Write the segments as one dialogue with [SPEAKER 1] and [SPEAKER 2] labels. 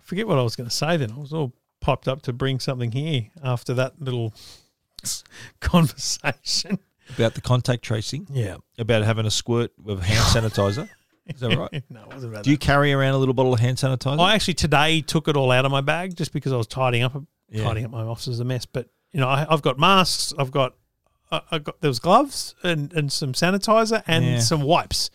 [SPEAKER 1] forget what I was going to say. Then I was all popped up to bring something here after that little conversation.
[SPEAKER 2] about the contact tracing,
[SPEAKER 1] Yeah.
[SPEAKER 2] about having a squirt of hand sanitizer. Is that right?
[SPEAKER 1] no, it wasn't about
[SPEAKER 2] Do you
[SPEAKER 1] that.
[SPEAKER 2] carry around a little bottle of hand sanitizer?
[SPEAKER 1] I actually today took it all out of my bag just because I was tidying up.
[SPEAKER 2] Yeah.
[SPEAKER 1] Tidying up my office is a mess, but you know I, I've got masks. I've got I, I got there was gloves and and some sanitizer and
[SPEAKER 2] Yeah.
[SPEAKER 1] some wipes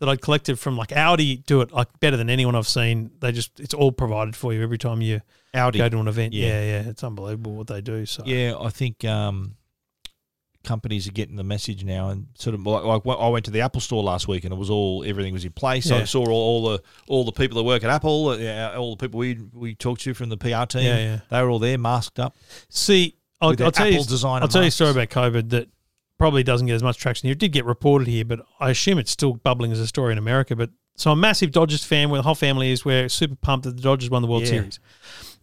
[SPEAKER 1] that I'd collected from like Audi. Do it like better than anyone I've seen. They just it's all provided for you every time you
[SPEAKER 2] Audi.
[SPEAKER 1] go to an event.
[SPEAKER 2] Yeah.
[SPEAKER 1] Yeah, yeah, it's unbelievable what they do. So
[SPEAKER 2] Yeah, I think um, companies are getting the message now, and sort of like, like when I went to the Apple store last week, and it was all everything was in place. I
[SPEAKER 1] Yeah.
[SPEAKER 2] saw all, all the all the people that work at Apple, uh, yeah, all the people we we talked to from the PR team.
[SPEAKER 1] Yeah, yeah.
[SPEAKER 2] They were all there, masked up.
[SPEAKER 1] See, I'll,
[SPEAKER 2] With their
[SPEAKER 1] I'll tell you,
[SPEAKER 2] Apple designer
[SPEAKER 1] I'll tell you a
[SPEAKER 2] masks.
[SPEAKER 1] story about COVID that probably doesn't get as much traction here. It did get reported here, but I assume it's still bubbling as a story in America. But so I'm a massive Dodgers fan, where the whole family is. We're super pumped that the Dodgers won the World
[SPEAKER 2] Yeah.
[SPEAKER 1] Series.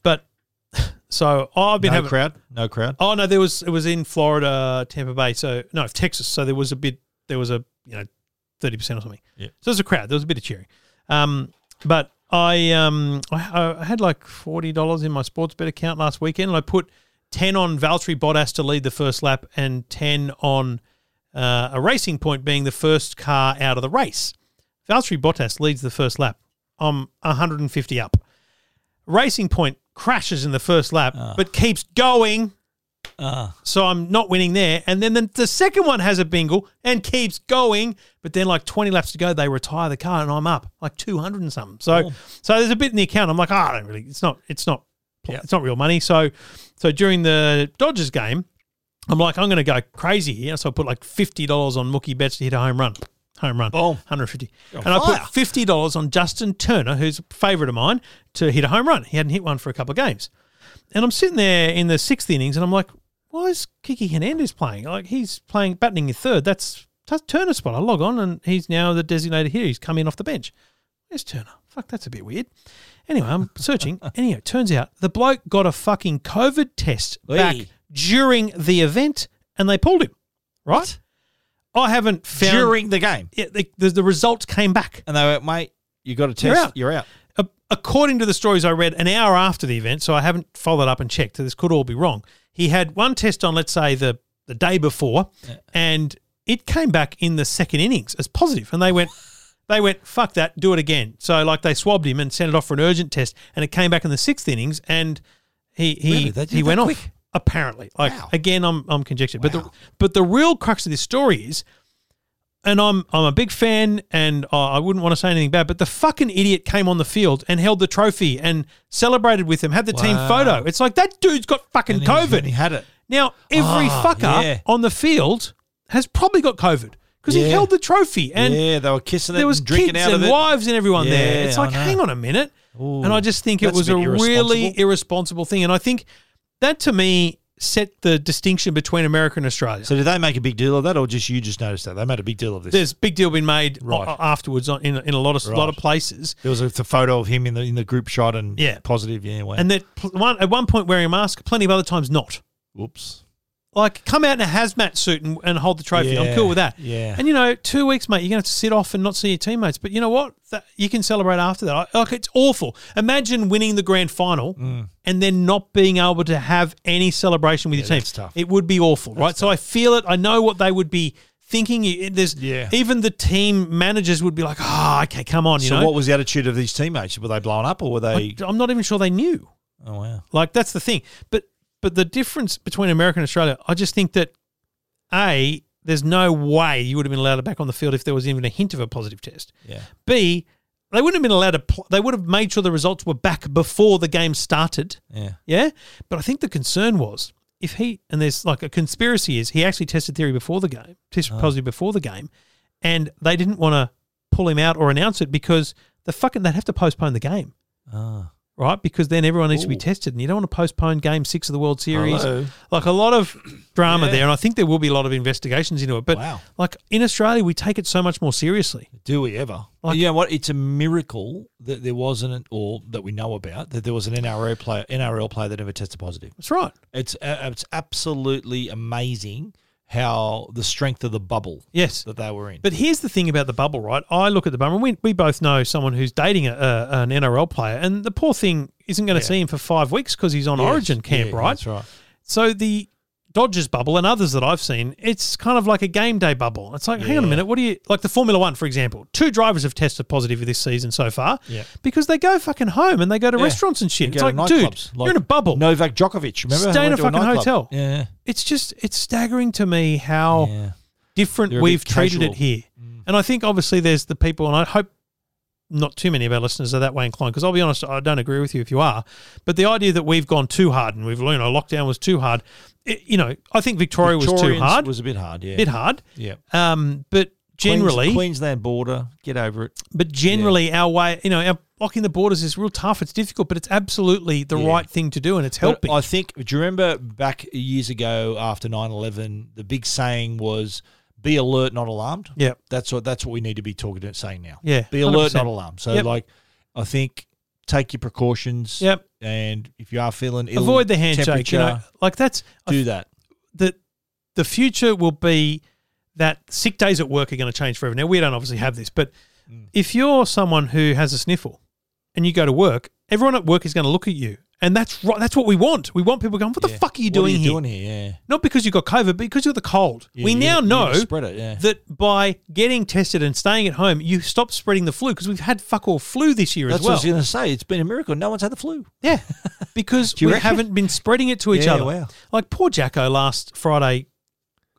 [SPEAKER 1] But so I've been
[SPEAKER 2] no
[SPEAKER 1] having.
[SPEAKER 2] crowd, no crowd.
[SPEAKER 1] Oh no, there was it was in Florida, Tampa Bay. So no, Texas. So there was a bit. There was a you know thirty percent or something.
[SPEAKER 2] Yeah.
[SPEAKER 1] So there was a crowd. There was a bit of cheering. Um, but I um I, I had like forty dollars in my sports bet account last weekend, and I put ten on Valtteri Bottas to lead the first lap, and ten on uh, a racing point being the first car out of the race. Valtteri Bottas leads the first lap. I'm 150 up. Racing Point crashes in the first lap, but keeps going
[SPEAKER 2] Ah,
[SPEAKER 1] so I'm not winning there. And then the, the second one has a bingle and keeps going, but then like 20 laps to go, they retire the car and I'm up like 200 and something. So
[SPEAKER 2] Cool.
[SPEAKER 1] so there's a bit in the account. I'm like, oh, I don't really. It's not. It's not.
[SPEAKER 2] Yeah.
[SPEAKER 1] It's not real money. So so during the Dodgers game, I'm like, I'm going to go crazy here. So I put like fifty dollars on Mookie Betts to hit a home run. Home run,
[SPEAKER 2] Boom.
[SPEAKER 1] 150,
[SPEAKER 2] You're
[SPEAKER 1] and I
[SPEAKER 2] fire.
[SPEAKER 1] put fifty dollars on Justin Turner, who's a favourite of mine, to hit a home run. He hadn't hit one for a couple of games, and I'm sitting there in the sixth innings, and I'm like, why is Kiki Hernandez playing? Like he's playing batting in third. That's that's Turner's spot. I log on, and he's now the designated hitter. He's come in off the bench. Where's Turner? Fuck, that's a bit weird. Anyway, I'm searching. Anyhow, it turns out the bloke got a fucking COVID test back
[SPEAKER 2] Hey.
[SPEAKER 1] during the event and they pulled him, right? I haven't found.
[SPEAKER 2] during the game,
[SPEAKER 1] Yeah, the, the, the results came back.
[SPEAKER 2] and they went, mate, you got a test.
[SPEAKER 1] You're out.
[SPEAKER 2] You're out.
[SPEAKER 1] A- According to the stories I read an hour after the event, so I haven't followed up and checked, so this could all be wrong. He had one test on, let's say, the, the day before, and it came back in the second innings as positive, and they went. They went, fuck that, do it again. So, like, they swabbed him and sent it off for an urgent test, and it came back in the sixth innings, and he he
[SPEAKER 2] Really? They did
[SPEAKER 1] he
[SPEAKER 2] that
[SPEAKER 1] went
[SPEAKER 2] quick?
[SPEAKER 1] off. Apparently, like
[SPEAKER 2] Wow.
[SPEAKER 1] again, I'm I'm conjecturing, but the but the real crux of this story is, and I'm I'm a big fan, and uh, I wouldn't want to say anything bad, but the fucking idiot came on the field and held the trophy and celebrated with him, had the team
[SPEAKER 2] Wow.
[SPEAKER 1] photo. It's like that dude's got fucking
[SPEAKER 2] And he-
[SPEAKER 1] COVID.
[SPEAKER 2] and he had it.
[SPEAKER 1] Now every
[SPEAKER 2] Ah,
[SPEAKER 1] fucker
[SPEAKER 2] yeah.
[SPEAKER 1] on the field has probably got COVID because
[SPEAKER 2] Yeah.
[SPEAKER 1] he held the trophy and
[SPEAKER 2] yeah, they were kissing it.
[SPEAKER 1] there was
[SPEAKER 2] and drinking
[SPEAKER 1] kids
[SPEAKER 2] out
[SPEAKER 1] and
[SPEAKER 2] of it.
[SPEAKER 1] wives and everyone there.
[SPEAKER 2] Yeah,
[SPEAKER 1] It's like,
[SPEAKER 2] I know.
[SPEAKER 1] hang on a minute.
[SPEAKER 2] Ooh,
[SPEAKER 1] and I just think it
[SPEAKER 2] that's
[SPEAKER 1] was
[SPEAKER 2] a
[SPEAKER 1] a
[SPEAKER 2] bit
[SPEAKER 1] really
[SPEAKER 2] irresponsible.
[SPEAKER 1] irresponsible thing. And I think that to me set the distinction between America and Australia.
[SPEAKER 2] So did they make a big deal of that, or just you just noticed that they made a big deal of this?
[SPEAKER 1] There's a big deal being made a-
[SPEAKER 2] Right.
[SPEAKER 1] afterwards on, in, in a lot of lot of
[SPEAKER 2] Right.
[SPEAKER 1] places.
[SPEAKER 2] There was a, the photo of him in the in the group shot and
[SPEAKER 1] Yeah.
[SPEAKER 2] positive. Yeah, wow.
[SPEAKER 1] And that pl- one, at one point wearing a mask, plenty of other times not.
[SPEAKER 2] whoops.
[SPEAKER 1] Like come out in a hazmat suit and, and hold the trophy. I'm
[SPEAKER 2] Yeah,
[SPEAKER 1] cool with that.
[SPEAKER 2] yeah.
[SPEAKER 1] And you know, two weeks, mate, you're gonna have to sit off and not see your teammates. But you know what? That, you can celebrate after that. I- Like it's awful. Imagine winning the grand final
[SPEAKER 2] Mm.
[SPEAKER 1] and then not being able to have any celebration with your team.
[SPEAKER 2] that's tough.
[SPEAKER 1] It would be awful, right? So I feel it. I know what they would be thinking. You- There's
[SPEAKER 2] Yeah.
[SPEAKER 1] even the team managers would be like, oh, okay, come on, you
[SPEAKER 2] so
[SPEAKER 1] know.
[SPEAKER 2] what was the attitude of these teammates? Were they blown up or were they?
[SPEAKER 1] I, I'm not even sure they knew.
[SPEAKER 2] oh wow.
[SPEAKER 1] Like that's the thing. But but the difference between America and Australia, I just think that a there's no way you would have been allowed back on the field if there was even a hint of a positive test.
[SPEAKER 2] Yeah.
[SPEAKER 1] B they wouldn't have been allowed to. Pl- they would have made sure the results were back before the game started.
[SPEAKER 2] Yeah.
[SPEAKER 1] Yeah, but I think the concern was if he and there's like a conspiracy is he actually tested theory before the game, tested positive before the game, and they didn't want to pull him out or announce it because the fucking they'd have to postpone the game
[SPEAKER 2] Ah.
[SPEAKER 1] right? Because then everyone needs to be
[SPEAKER 2] Ooh.
[SPEAKER 1] tested, and you don't want to postpone Game Six of the World Series.
[SPEAKER 2] Hello.
[SPEAKER 1] Like a lot of drama
[SPEAKER 2] Yeah.
[SPEAKER 1] there, and I think there will be a lot of investigations into it. But
[SPEAKER 2] Wow.
[SPEAKER 1] like in Australia, we take it so much more seriously.
[SPEAKER 2] Do we ever?
[SPEAKER 1] Like-
[SPEAKER 2] you know what? It's a miracle that there wasn't, or that we know about, that there was an NRL player, NRL player that never tested positive.
[SPEAKER 1] That's right.
[SPEAKER 2] It's uh, it's absolutely amazing how the strength of the bubble
[SPEAKER 1] Yes.
[SPEAKER 2] that they were in.
[SPEAKER 1] But here's the thing about the bubble, right? I look at the bubble, and we, we both know someone who's dating a, a, an NRL player, and the poor thing isn't going to
[SPEAKER 2] Yeah.
[SPEAKER 1] see him for five weeks because he's on
[SPEAKER 2] Yes,
[SPEAKER 1] Origin camp,
[SPEAKER 2] yeah,
[SPEAKER 1] right?
[SPEAKER 2] That's right.
[SPEAKER 1] So the Dodgers bubble and others that I've seen, it's kind of like a game day bubble. It's like, hang on a
[SPEAKER 2] Yeah.
[SPEAKER 1] minute, what do you like the Formula One, for example? Two drivers have tested positive this season so far
[SPEAKER 2] Yeah.
[SPEAKER 1] because they go fucking home and they go to
[SPEAKER 2] Yeah.
[SPEAKER 1] restaurants and shit.
[SPEAKER 2] You
[SPEAKER 1] It's
[SPEAKER 2] go
[SPEAKER 1] like,
[SPEAKER 2] to
[SPEAKER 1] dude,
[SPEAKER 2] nightclubs,
[SPEAKER 1] you're in a bubble.
[SPEAKER 2] Novak Djokovic, remember?
[SPEAKER 1] Stay
[SPEAKER 2] he
[SPEAKER 1] in
[SPEAKER 2] went
[SPEAKER 1] a
[SPEAKER 2] to
[SPEAKER 1] fucking
[SPEAKER 2] nightclub?
[SPEAKER 1] hotel. Oh,
[SPEAKER 2] Yeah.
[SPEAKER 1] It's just it's staggering to me how
[SPEAKER 2] yeah.
[SPEAKER 1] different
[SPEAKER 2] They're a
[SPEAKER 1] we've
[SPEAKER 2] bit
[SPEAKER 1] treated it
[SPEAKER 2] casual. Mm.
[SPEAKER 1] here. And I think obviously there's the people, and I hope not too many of our listeners are that way inclined. Because I'll be honest, I don't agree with you if you are. But the idea that we've gone too hard and we've learned our lockdown was too hard. It, you know, I think Victoria was too
[SPEAKER 2] Victorians
[SPEAKER 1] hard,
[SPEAKER 2] Was a bit hard. Yeah.
[SPEAKER 1] bit hard.
[SPEAKER 2] Yeah.
[SPEAKER 1] Um, but generally,
[SPEAKER 2] Queens- Queensland border. Get over it.
[SPEAKER 1] but generally, our way, you know, our blocking the borders is real tough. It's difficult, but it's absolutely the
[SPEAKER 2] Yeah.
[SPEAKER 1] right thing to do, and it's
[SPEAKER 2] But
[SPEAKER 1] helping.
[SPEAKER 2] I think, do you remember back years ago after 9 11, the big saying was be alert, not alarmed?
[SPEAKER 1] yeah,
[SPEAKER 2] That's what that's what we need to be talking to saying now.
[SPEAKER 1] yeah.
[SPEAKER 2] Be alert,
[SPEAKER 1] 100%.
[SPEAKER 2] not alarmed. So,
[SPEAKER 1] Yep.
[SPEAKER 2] like, I think take your precautions.
[SPEAKER 1] Yep.
[SPEAKER 2] And if you are feeling ill,
[SPEAKER 1] Avoid the handshake. You know,
[SPEAKER 2] temperature,
[SPEAKER 1] like that's. I
[SPEAKER 2] do that.
[SPEAKER 1] that the future will be that sick days at work are going to change forever. Now we don't obviously have this, but
[SPEAKER 2] Mm.
[SPEAKER 1] if you're someone who has a sniffle and you go to work, everyone at work is going to look at you, and that's right. That's what we want. We want people going, "What the
[SPEAKER 2] Yeah.
[SPEAKER 1] fuck are you
[SPEAKER 2] What
[SPEAKER 1] doing
[SPEAKER 2] are you
[SPEAKER 1] here?"
[SPEAKER 2] doing here? Yeah.
[SPEAKER 1] Not because you got COVID, but because you're the cold.
[SPEAKER 2] Yeah,
[SPEAKER 1] we
[SPEAKER 2] you-
[SPEAKER 1] now
[SPEAKER 2] you
[SPEAKER 1] know
[SPEAKER 2] spread it. Yeah.
[SPEAKER 1] that by getting tested and staying at home, you stop spreading the flu because we've had fuck all flu this year as
[SPEAKER 2] That's
[SPEAKER 1] well.
[SPEAKER 2] what I was going to say. It's been a miracle. No one's had the flu.
[SPEAKER 1] Yeah, because
[SPEAKER 2] you
[SPEAKER 1] we
[SPEAKER 2] reckon?
[SPEAKER 1] haven't been spreading it to each
[SPEAKER 2] Yeah,
[SPEAKER 1] other.
[SPEAKER 2] wow.
[SPEAKER 1] Like poor Jacko last Friday,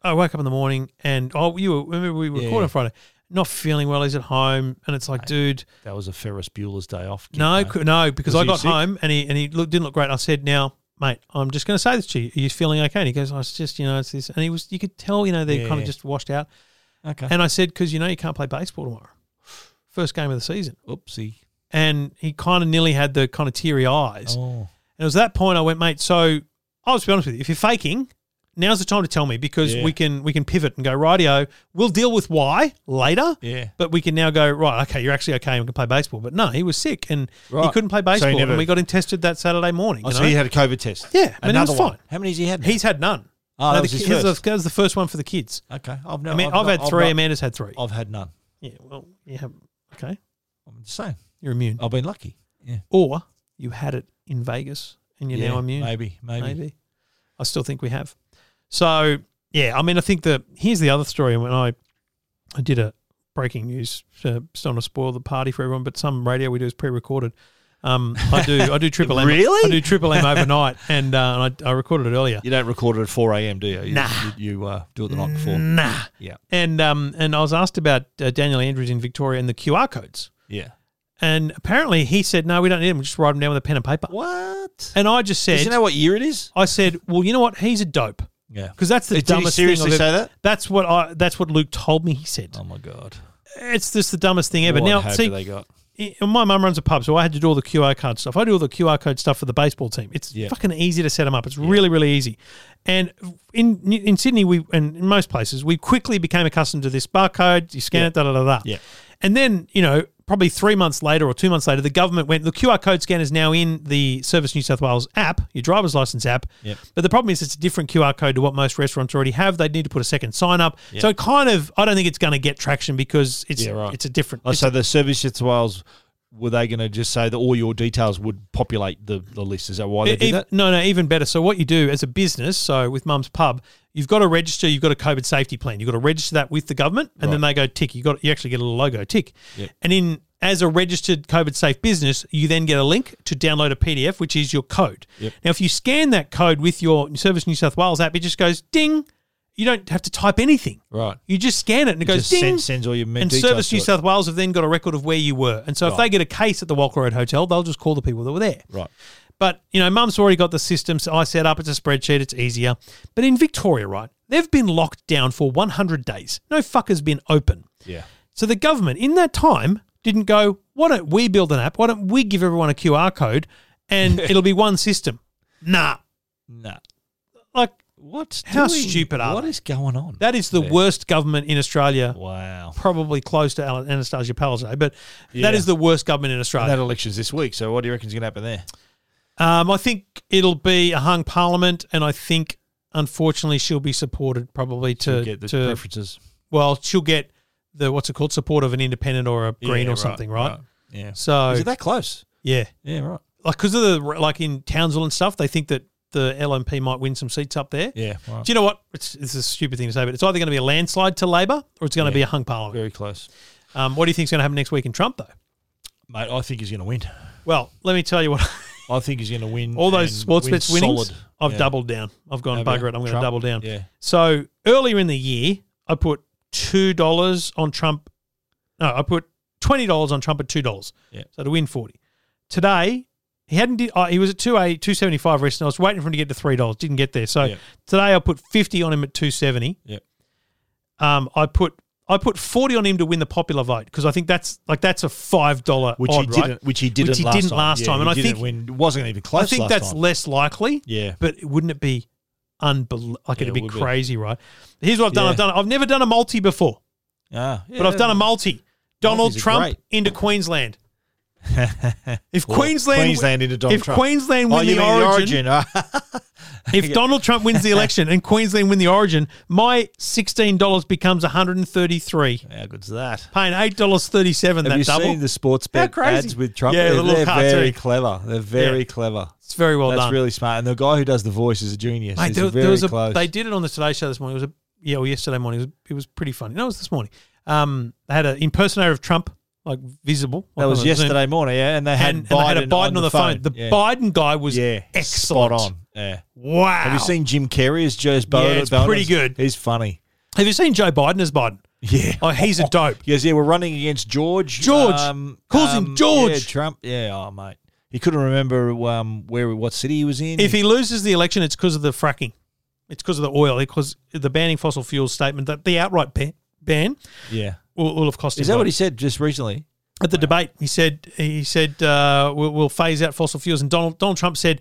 [SPEAKER 1] I woke up in the morning and oh, you were, remember we were
[SPEAKER 2] Yeah.
[SPEAKER 1] recording Friday, not feeling well. He's at home, and it's like, dude,
[SPEAKER 2] That was a Ferris Bueller's day off. kid,
[SPEAKER 1] no,
[SPEAKER 2] mate.
[SPEAKER 1] cou- no, because
[SPEAKER 2] Was
[SPEAKER 1] I
[SPEAKER 2] he
[SPEAKER 1] got
[SPEAKER 2] sick?
[SPEAKER 1] home and he and he looked, didn't look great. And I said, now. Mate, I'm just going to say this to you. Are you feeling okay? And he goes, oh, "It's just, you know, it's this." And he was, you could tell, you know, they are
[SPEAKER 2] Yeah,
[SPEAKER 1] kind of
[SPEAKER 2] yeah.
[SPEAKER 1] just washed out.
[SPEAKER 2] Okay.
[SPEAKER 1] And I said, "Because you know, you can't play baseball tomorrow, first game of the season."
[SPEAKER 2] Oopsie.
[SPEAKER 1] And he kind of nearly had the kind of teary eyes.
[SPEAKER 2] Oh.
[SPEAKER 1] And it was at that point I went, mate. So I'll just be honest with you. If you're faking, now's the time to tell me because
[SPEAKER 2] Yeah.
[SPEAKER 1] we can we can pivot and go rightio. We'll deal with why later.
[SPEAKER 2] Yeah.
[SPEAKER 1] But we can now go right. Okay, you're actually okay. and We can play baseball. But no, he was sick and he
[SPEAKER 2] Right.
[SPEAKER 1] couldn't play
[SPEAKER 2] So he
[SPEAKER 1] baseball.
[SPEAKER 2] never-
[SPEAKER 1] and we got him tested that Saturday morning.
[SPEAKER 2] Oh,
[SPEAKER 1] you
[SPEAKER 2] so
[SPEAKER 1] know?
[SPEAKER 2] he had a COVID test.
[SPEAKER 1] yeah, I mean, he was
[SPEAKER 2] Another one.
[SPEAKER 1] fine.
[SPEAKER 2] How many has he had? now?
[SPEAKER 1] He's had none.
[SPEAKER 2] Oh,
[SPEAKER 1] No,
[SPEAKER 2] that
[SPEAKER 1] the
[SPEAKER 2] was his
[SPEAKER 1] kid- that was
[SPEAKER 2] first.
[SPEAKER 1] the- that was the first one for the kids.
[SPEAKER 2] Okay. I've
[SPEAKER 1] I
[SPEAKER 2] never.
[SPEAKER 1] mean, I've,
[SPEAKER 2] not-
[SPEAKER 1] had three.
[SPEAKER 2] not-
[SPEAKER 1] Amanda's had three.
[SPEAKER 2] I've had none.
[SPEAKER 1] Yeah, well, you have. Okay,
[SPEAKER 2] I'm just saying.
[SPEAKER 1] you're immune,
[SPEAKER 2] I've been lucky. Yeah.
[SPEAKER 1] or you had it in Vegas and you're
[SPEAKER 2] Yeah,
[SPEAKER 1] now immune.
[SPEAKER 2] Maybe. Maybe.
[SPEAKER 1] maybe. I still think we have. So yeah, I mean, I think that here's the other story. When I I did a breaking news, uh, just want to spoil the party for everyone, but some radio we do is pre-recorded. Um, I do I do triple M
[SPEAKER 2] Really?
[SPEAKER 1] I do triple M overnight, and, uh, and I, I recorded it earlier.
[SPEAKER 2] You don't record it at 4 a.m., do you? you
[SPEAKER 1] Nah. Mm.
[SPEAKER 2] You, you, uh, do it the night before.
[SPEAKER 1] Nah.
[SPEAKER 2] Yeah.
[SPEAKER 1] And um and I was asked about uh, Daniel Andrews in Victoria and the QR codes,
[SPEAKER 2] Yeah.
[SPEAKER 1] and apparently he said no, we don't need them. We just write them down with a pen and paper.
[SPEAKER 2] What?
[SPEAKER 1] And I just said
[SPEAKER 2] Does you know what year it is?
[SPEAKER 1] I said, well, you know what? He's a dope.
[SPEAKER 2] Yeah.
[SPEAKER 1] Because that's the
[SPEAKER 2] Did he
[SPEAKER 1] dumbest
[SPEAKER 2] seriously
[SPEAKER 1] thing I've ever-
[SPEAKER 2] say that?
[SPEAKER 1] That's what I. That's what Luke told me. He said
[SPEAKER 2] Oh my god.
[SPEAKER 1] it's just the dumbest thing ever.
[SPEAKER 2] What
[SPEAKER 1] now,
[SPEAKER 2] hope
[SPEAKER 1] see,
[SPEAKER 2] they got?
[SPEAKER 1] i- my mum runs a pub, so I had to do all the QR code stuff. I do all the QR code stuff for the baseball team. It's
[SPEAKER 2] Yeah.
[SPEAKER 1] fucking easy to set them up. It's really, really easy. And in in Sydney, we and in most places, we quickly became accustomed to this barcode. You scan
[SPEAKER 2] Yeah.
[SPEAKER 1] it, da da da da.
[SPEAKER 2] Yeah.
[SPEAKER 1] And then you know, probably three months later or two months later, the government went. The QR code scanner is now in the Service New South Wales app, your driver's license app.
[SPEAKER 2] Yep.
[SPEAKER 1] But the problem is, it's a different QR code to what most restaurants already have. They need to put a second sign up.
[SPEAKER 2] Yeah.
[SPEAKER 1] So it kind of, I don't think it's going to get traction because it's
[SPEAKER 2] Yeah, right.
[SPEAKER 1] it's a different.
[SPEAKER 2] Oh,
[SPEAKER 1] it's
[SPEAKER 2] so the Service New South Wales were they going to just say that all your details would populate the, the list? Is that why they
[SPEAKER 1] E-
[SPEAKER 2] did
[SPEAKER 1] ev-
[SPEAKER 2] that?
[SPEAKER 1] No, no, even better. So what you do as a business, so with Mum's Pub, you've got to register. You've got a COVID safety plan. You've got to register that with the government, and then they go tick. You got you actually get a little logo tick,
[SPEAKER 2] Yep.
[SPEAKER 1] and in as a registered COVID safe business, you then get a link to download a PDF, which is your code.
[SPEAKER 2] Yep.
[SPEAKER 1] Now, if you scan that code with your Service New South Wales app, it just goes ding. You don't have to type anything.
[SPEAKER 2] Right.
[SPEAKER 1] You just scan it and it goes
[SPEAKER 2] just
[SPEAKER 1] ding.
[SPEAKER 2] send, sends all your me-
[SPEAKER 1] and
[SPEAKER 2] details
[SPEAKER 1] Service
[SPEAKER 2] to
[SPEAKER 1] New
[SPEAKER 2] it.
[SPEAKER 1] South Wales have then got a record of where you were. And so if they get a case at the Walker Road Hotel, they'll just call the people that were there.
[SPEAKER 2] Right.
[SPEAKER 1] But you know, Mum's already got the system so I set up. It's a spreadsheet. It's easier. But in Victoria, right, they've been locked down for 100 days. No fucker's been open.
[SPEAKER 2] Yeah.
[SPEAKER 1] So the government in that time didn't go. Why don't we build an app? Why don't we give everyone a QR code, and it'll be one system? Nah,
[SPEAKER 2] Nah.
[SPEAKER 1] like
[SPEAKER 2] What's
[SPEAKER 1] How
[SPEAKER 2] doing-
[SPEAKER 1] stupid are
[SPEAKER 2] What
[SPEAKER 1] they?
[SPEAKER 2] is going on?
[SPEAKER 1] that is the
[SPEAKER 2] Yeah.
[SPEAKER 1] worst government in Australia.
[SPEAKER 2] wow.
[SPEAKER 1] Probably close to Ale- Anastasia Palaszczuk, but
[SPEAKER 2] Yeah.
[SPEAKER 1] that is the worst government in Australia.
[SPEAKER 2] That election's this week, so what do you reckon's going to happen there?
[SPEAKER 1] Um, I think it'll be a hung parliament, and I think unfortunately, she'll be supported probably to
[SPEAKER 2] get the
[SPEAKER 1] to
[SPEAKER 2] preferences
[SPEAKER 1] well, she'll get the what's it called support of an independent or a green
[SPEAKER 2] Yeah,
[SPEAKER 1] or something, right?
[SPEAKER 2] Yeah.
[SPEAKER 1] So
[SPEAKER 2] Is it that close?
[SPEAKER 1] yeah,
[SPEAKER 2] Yeah, right.
[SPEAKER 1] like because of the like in Townsville and stuff, they think that the LNP might win some seats up there.
[SPEAKER 2] Yeah, right.
[SPEAKER 1] Do you know what? It's, it's a stupid thing to say, but it's either going to be a landslide to Labor or it's going to be
[SPEAKER 2] Yeah.
[SPEAKER 1] a hung parliament.
[SPEAKER 2] Very close.
[SPEAKER 1] Um, what do you think's going to happen next week in Trump though?
[SPEAKER 2] Mate, I think he's going to win.
[SPEAKER 1] Well, let me tell you what.
[SPEAKER 2] I think he's going to win.
[SPEAKER 1] All those
[SPEAKER 2] and
[SPEAKER 1] sports
[SPEAKER 2] win
[SPEAKER 1] bets winnings,
[SPEAKER 2] solid.
[SPEAKER 1] I've
[SPEAKER 2] Yeah.
[SPEAKER 1] doubled down. I've gone
[SPEAKER 2] Have you?
[SPEAKER 1] bugger it. I'm going to
[SPEAKER 2] Trump?
[SPEAKER 1] double down.
[SPEAKER 2] Yeah.
[SPEAKER 1] So earlier in the year, I put two dollars on Trump. No, I put twenty dollars on Trump at two dollars.
[SPEAKER 2] Yeah.
[SPEAKER 1] So to win forty. Today he hadn't. Did, uh, he was at two eight two seventy five recently. I was waiting for him to get to three dollars. Didn't get there. So
[SPEAKER 2] Yeah.
[SPEAKER 1] today I put fifty on him at two seventy.
[SPEAKER 2] Yeah.
[SPEAKER 1] Um, I put. I put forty on him to win the popular vote because I think that's like that's a five dollar
[SPEAKER 2] Which he
[SPEAKER 1] odd,
[SPEAKER 2] didn't.
[SPEAKER 1] right?
[SPEAKER 2] Which he didn't.
[SPEAKER 1] Which he
[SPEAKER 2] last
[SPEAKER 1] didn't
[SPEAKER 2] time.
[SPEAKER 1] last
[SPEAKER 2] Yeah,
[SPEAKER 1] time, and
[SPEAKER 2] he
[SPEAKER 1] I
[SPEAKER 2] didn't
[SPEAKER 1] think-
[SPEAKER 2] win. It wasn't even close.
[SPEAKER 1] I think
[SPEAKER 2] last
[SPEAKER 1] that's
[SPEAKER 2] time.
[SPEAKER 1] less likely.
[SPEAKER 2] yeah.
[SPEAKER 1] But wouldn't it be unbelievable? Like
[SPEAKER 2] Yeah,
[SPEAKER 1] it'd
[SPEAKER 2] it
[SPEAKER 1] be
[SPEAKER 2] would be.
[SPEAKER 1] crazy, right? Here's what I've done.
[SPEAKER 2] Yeah.
[SPEAKER 1] I've done. I've never done a multi before,
[SPEAKER 2] Ah, yeah.
[SPEAKER 1] but I've done a multi. Donald
[SPEAKER 2] Multis are
[SPEAKER 1] Trump
[SPEAKER 2] great.
[SPEAKER 1] into Queensland. If
[SPEAKER 2] Well,
[SPEAKER 1] Queensland,
[SPEAKER 2] Queensland into Donald
[SPEAKER 1] if
[SPEAKER 2] Trump.
[SPEAKER 1] Queensland
[SPEAKER 2] oh,
[SPEAKER 1] win
[SPEAKER 2] you
[SPEAKER 1] the,
[SPEAKER 2] mean
[SPEAKER 1] origin,
[SPEAKER 2] the origin. Ah.
[SPEAKER 1] if Donald Trump wins the election and Queensland win the origin, my sixteen dollars becomes one hundred and thirty three.
[SPEAKER 2] How good's that?
[SPEAKER 1] Paying eight dollars thirty seven.
[SPEAKER 3] Have
[SPEAKER 1] That
[SPEAKER 3] you
[SPEAKER 1] double.
[SPEAKER 3] seen the sports
[SPEAKER 1] How
[SPEAKER 3] bet
[SPEAKER 1] crazy.
[SPEAKER 3] ads with Trump?
[SPEAKER 1] Yeah, the
[SPEAKER 3] they're,
[SPEAKER 1] little
[SPEAKER 3] they're
[SPEAKER 1] cartoon.
[SPEAKER 3] very clever. They're very
[SPEAKER 1] Yeah.
[SPEAKER 3] clever.
[SPEAKER 1] it's very well
[SPEAKER 3] That's
[SPEAKER 1] done.
[SPEAKER 3] really smart. And the guy who does the voice is a genius.
[SPEAKER 1] Mate,
[SPEAKER 3] He's
[SPEAKER 1] there,
[SPEAKER 3] very
[SPEAKER 1] there was a,
[SPEAKER 3] close.
[SPEAKER 1] They did it on the Today Show this morning. It was a yeah, well, yesterday morning. It was, it was pretty funny. No, it was this morning. Um, they had an impersonator of Trump, like visible. Like
[SPEAKER 2] That was
[SPEAKER 1] on the Zoom.
[SPEAKER 2] yesterday morning, yeah. And they had
[SPEAKER 1] and, and
[SPEAKER 2] Biden,
[SPEAKER 1] they had a Biden on, the phone. The
[SPEAKER 2] yeah.
[SPEAKER 1] Biden guy was
[SPEAKER 2] yeah,
[SPEAKER 1] excellent.
[SPEAKER 2] spot on. Yeah.
[SPEAKER 1] Wow.
[SPEAKER 2] Have you seen Jim Carrey as Joe's Bo?
[SPEAKER 1] Yeah, it's pretty good.
[SPEAKER 2] He's funny.
[SPEAKER 1] Have you seen Joe Biden as Biden?
[SPEAKER 2] Yeah.
[SPEAKER 1] Oh, he's a dope.
[SPEAKER 2] He goes, yeah, we're running against George. um,
[SPEAKER 1] George. Calls him George.
[SPEAKER 2] Yeah, Trump. Yeah, oh mate, he couldn't remember um, where what city he was in.
[SPEAKER 1] If he loses the election, it's because of the fracking. It's because of the oil. Because the banning fossil fuels statement that the outright ban, ban
[SPEAKER 2] yeah,
[SPEAKER 1] will, will have cost him.
[SPEAKER 2] is that
[SPEAKER 1] votes.
[SPEAKER 2] what he said just recently?
[SPEAKER 1] at the debate. He said he said uh, we'll, we'll phase out fossil fuels, and Donald Donald Trump said,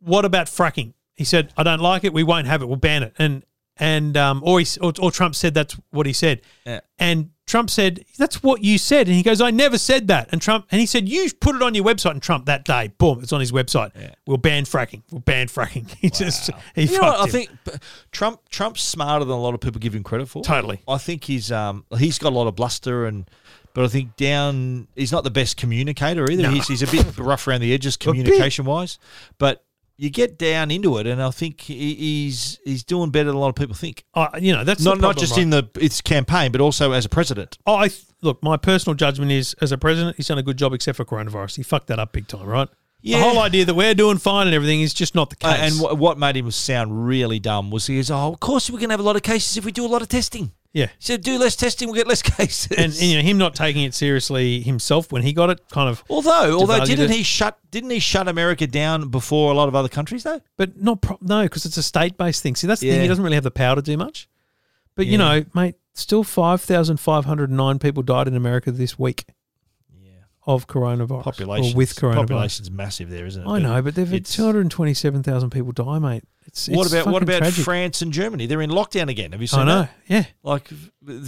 [SPEAKER 1] "What about fracking?" He said, "I don't like it. We won't have it. We'll ban it." And and um, or, he, s- or or Trump said that's what he said,
[SPEAKER 2] Yeah.
[SPEAKER 1] and Trump said that's what you said, and he goes, "I never said that." And Trump and he said, "You put it on your website." And Trump that day, boom, it's on his website. We'll ban fracking. We'll ban fracking. He just he
[SPEAKER 2] You know
[SPEAKER 1] fucked
[SPEAKER 2] what? I
[SPEAKER 1] him.
[SPEAKER 2] think b- Trump Trump's smarter than a lot of people give him credit for.
[SPEAKER 1] Totally.
[SPEAKER 2] I think he's um he's got a lot of bluster and. But I think down, he's not the best communicator either.
[SPEAKER 1] No.
[SPEAKER 2] He's, he's a bit rough around the edges communication wise. But you get down into it, and I think he, he's he's doing better than a lot of people think.
[SPEAKER 1] Uh, you know that's the
[SPEAKER 2] Not not
[SPEAKER 1] problem,
[SPEAKER 2] just
[SPEAKER 1] right?
[SPEAKER 2] in the its campaign, but also as a president.
[SPEAKER 1] Oh, I th- look. My personal judgment is, as a president, he's done a good job, except for coronavirus. He fucked that up big time, right?
[SPEAKER 2] Yeah.
[SPEAKER 1] The whole idea that we're doing fine and everything is just not the case.
[SPEAKER 2] Uh, and wh- what made him sound really dumb was he goes, "Oh, of course we're going to have a lot of cases if we do a lot of testing.
[SPEAKER 1] yeah,
[SPEAKER 2] So do less testing, we'll get less cases."
[SPEAKER 1] and, and you know him not taking it seriously himself when he got it, kind of,
[SPEAKER 2] although, although
[SPEAKER 1] devalued
[SPEAKER 2] didn't
[SPEAKER 1] it.
[SPEAKER 2] he shut didn't he shut America down before a lot of other countries though?
[SPEAKER 1] but not pro- no, because it's a state based thing. See, that's the thing.
[SPEAKER 2] Yeah.
[SPEAKER 1] He doesn't really have the power to do much. But you
[SPEAKER 2] Yeah.
[SPEAKER 1] know, mate, still five thousand five hundred nine people died in America this week
[SPEAKER 2] Yeah,
[SPEAKER 1] of coronavirus
[SPEAKER 2] population
[SPEAKER 1] or with coronavirus.
[SPEAKER 2] population's massive there, isn't it?
[SPEAKER 1] I know, but they've had
[SPEAKER 2] it's-
[SPEAKER 1] two hundred twenty seven thousand people die, mate. It's,
[SPEAKER 2] what
[SPEAKER 1] it's
[SPEAKER 2] about what
[SPEAKER 1] fucking
[SPEAKER 2] about
[SPEAKER 1] tragic.
[SPEAKER 2] France and Germany? They're in lockdown again. Have you seen
[SPEAKER 1] I know.
[SPEAKER 2] that?
[SPEAKER 1] Yeah.
[SPEAKER 2] Like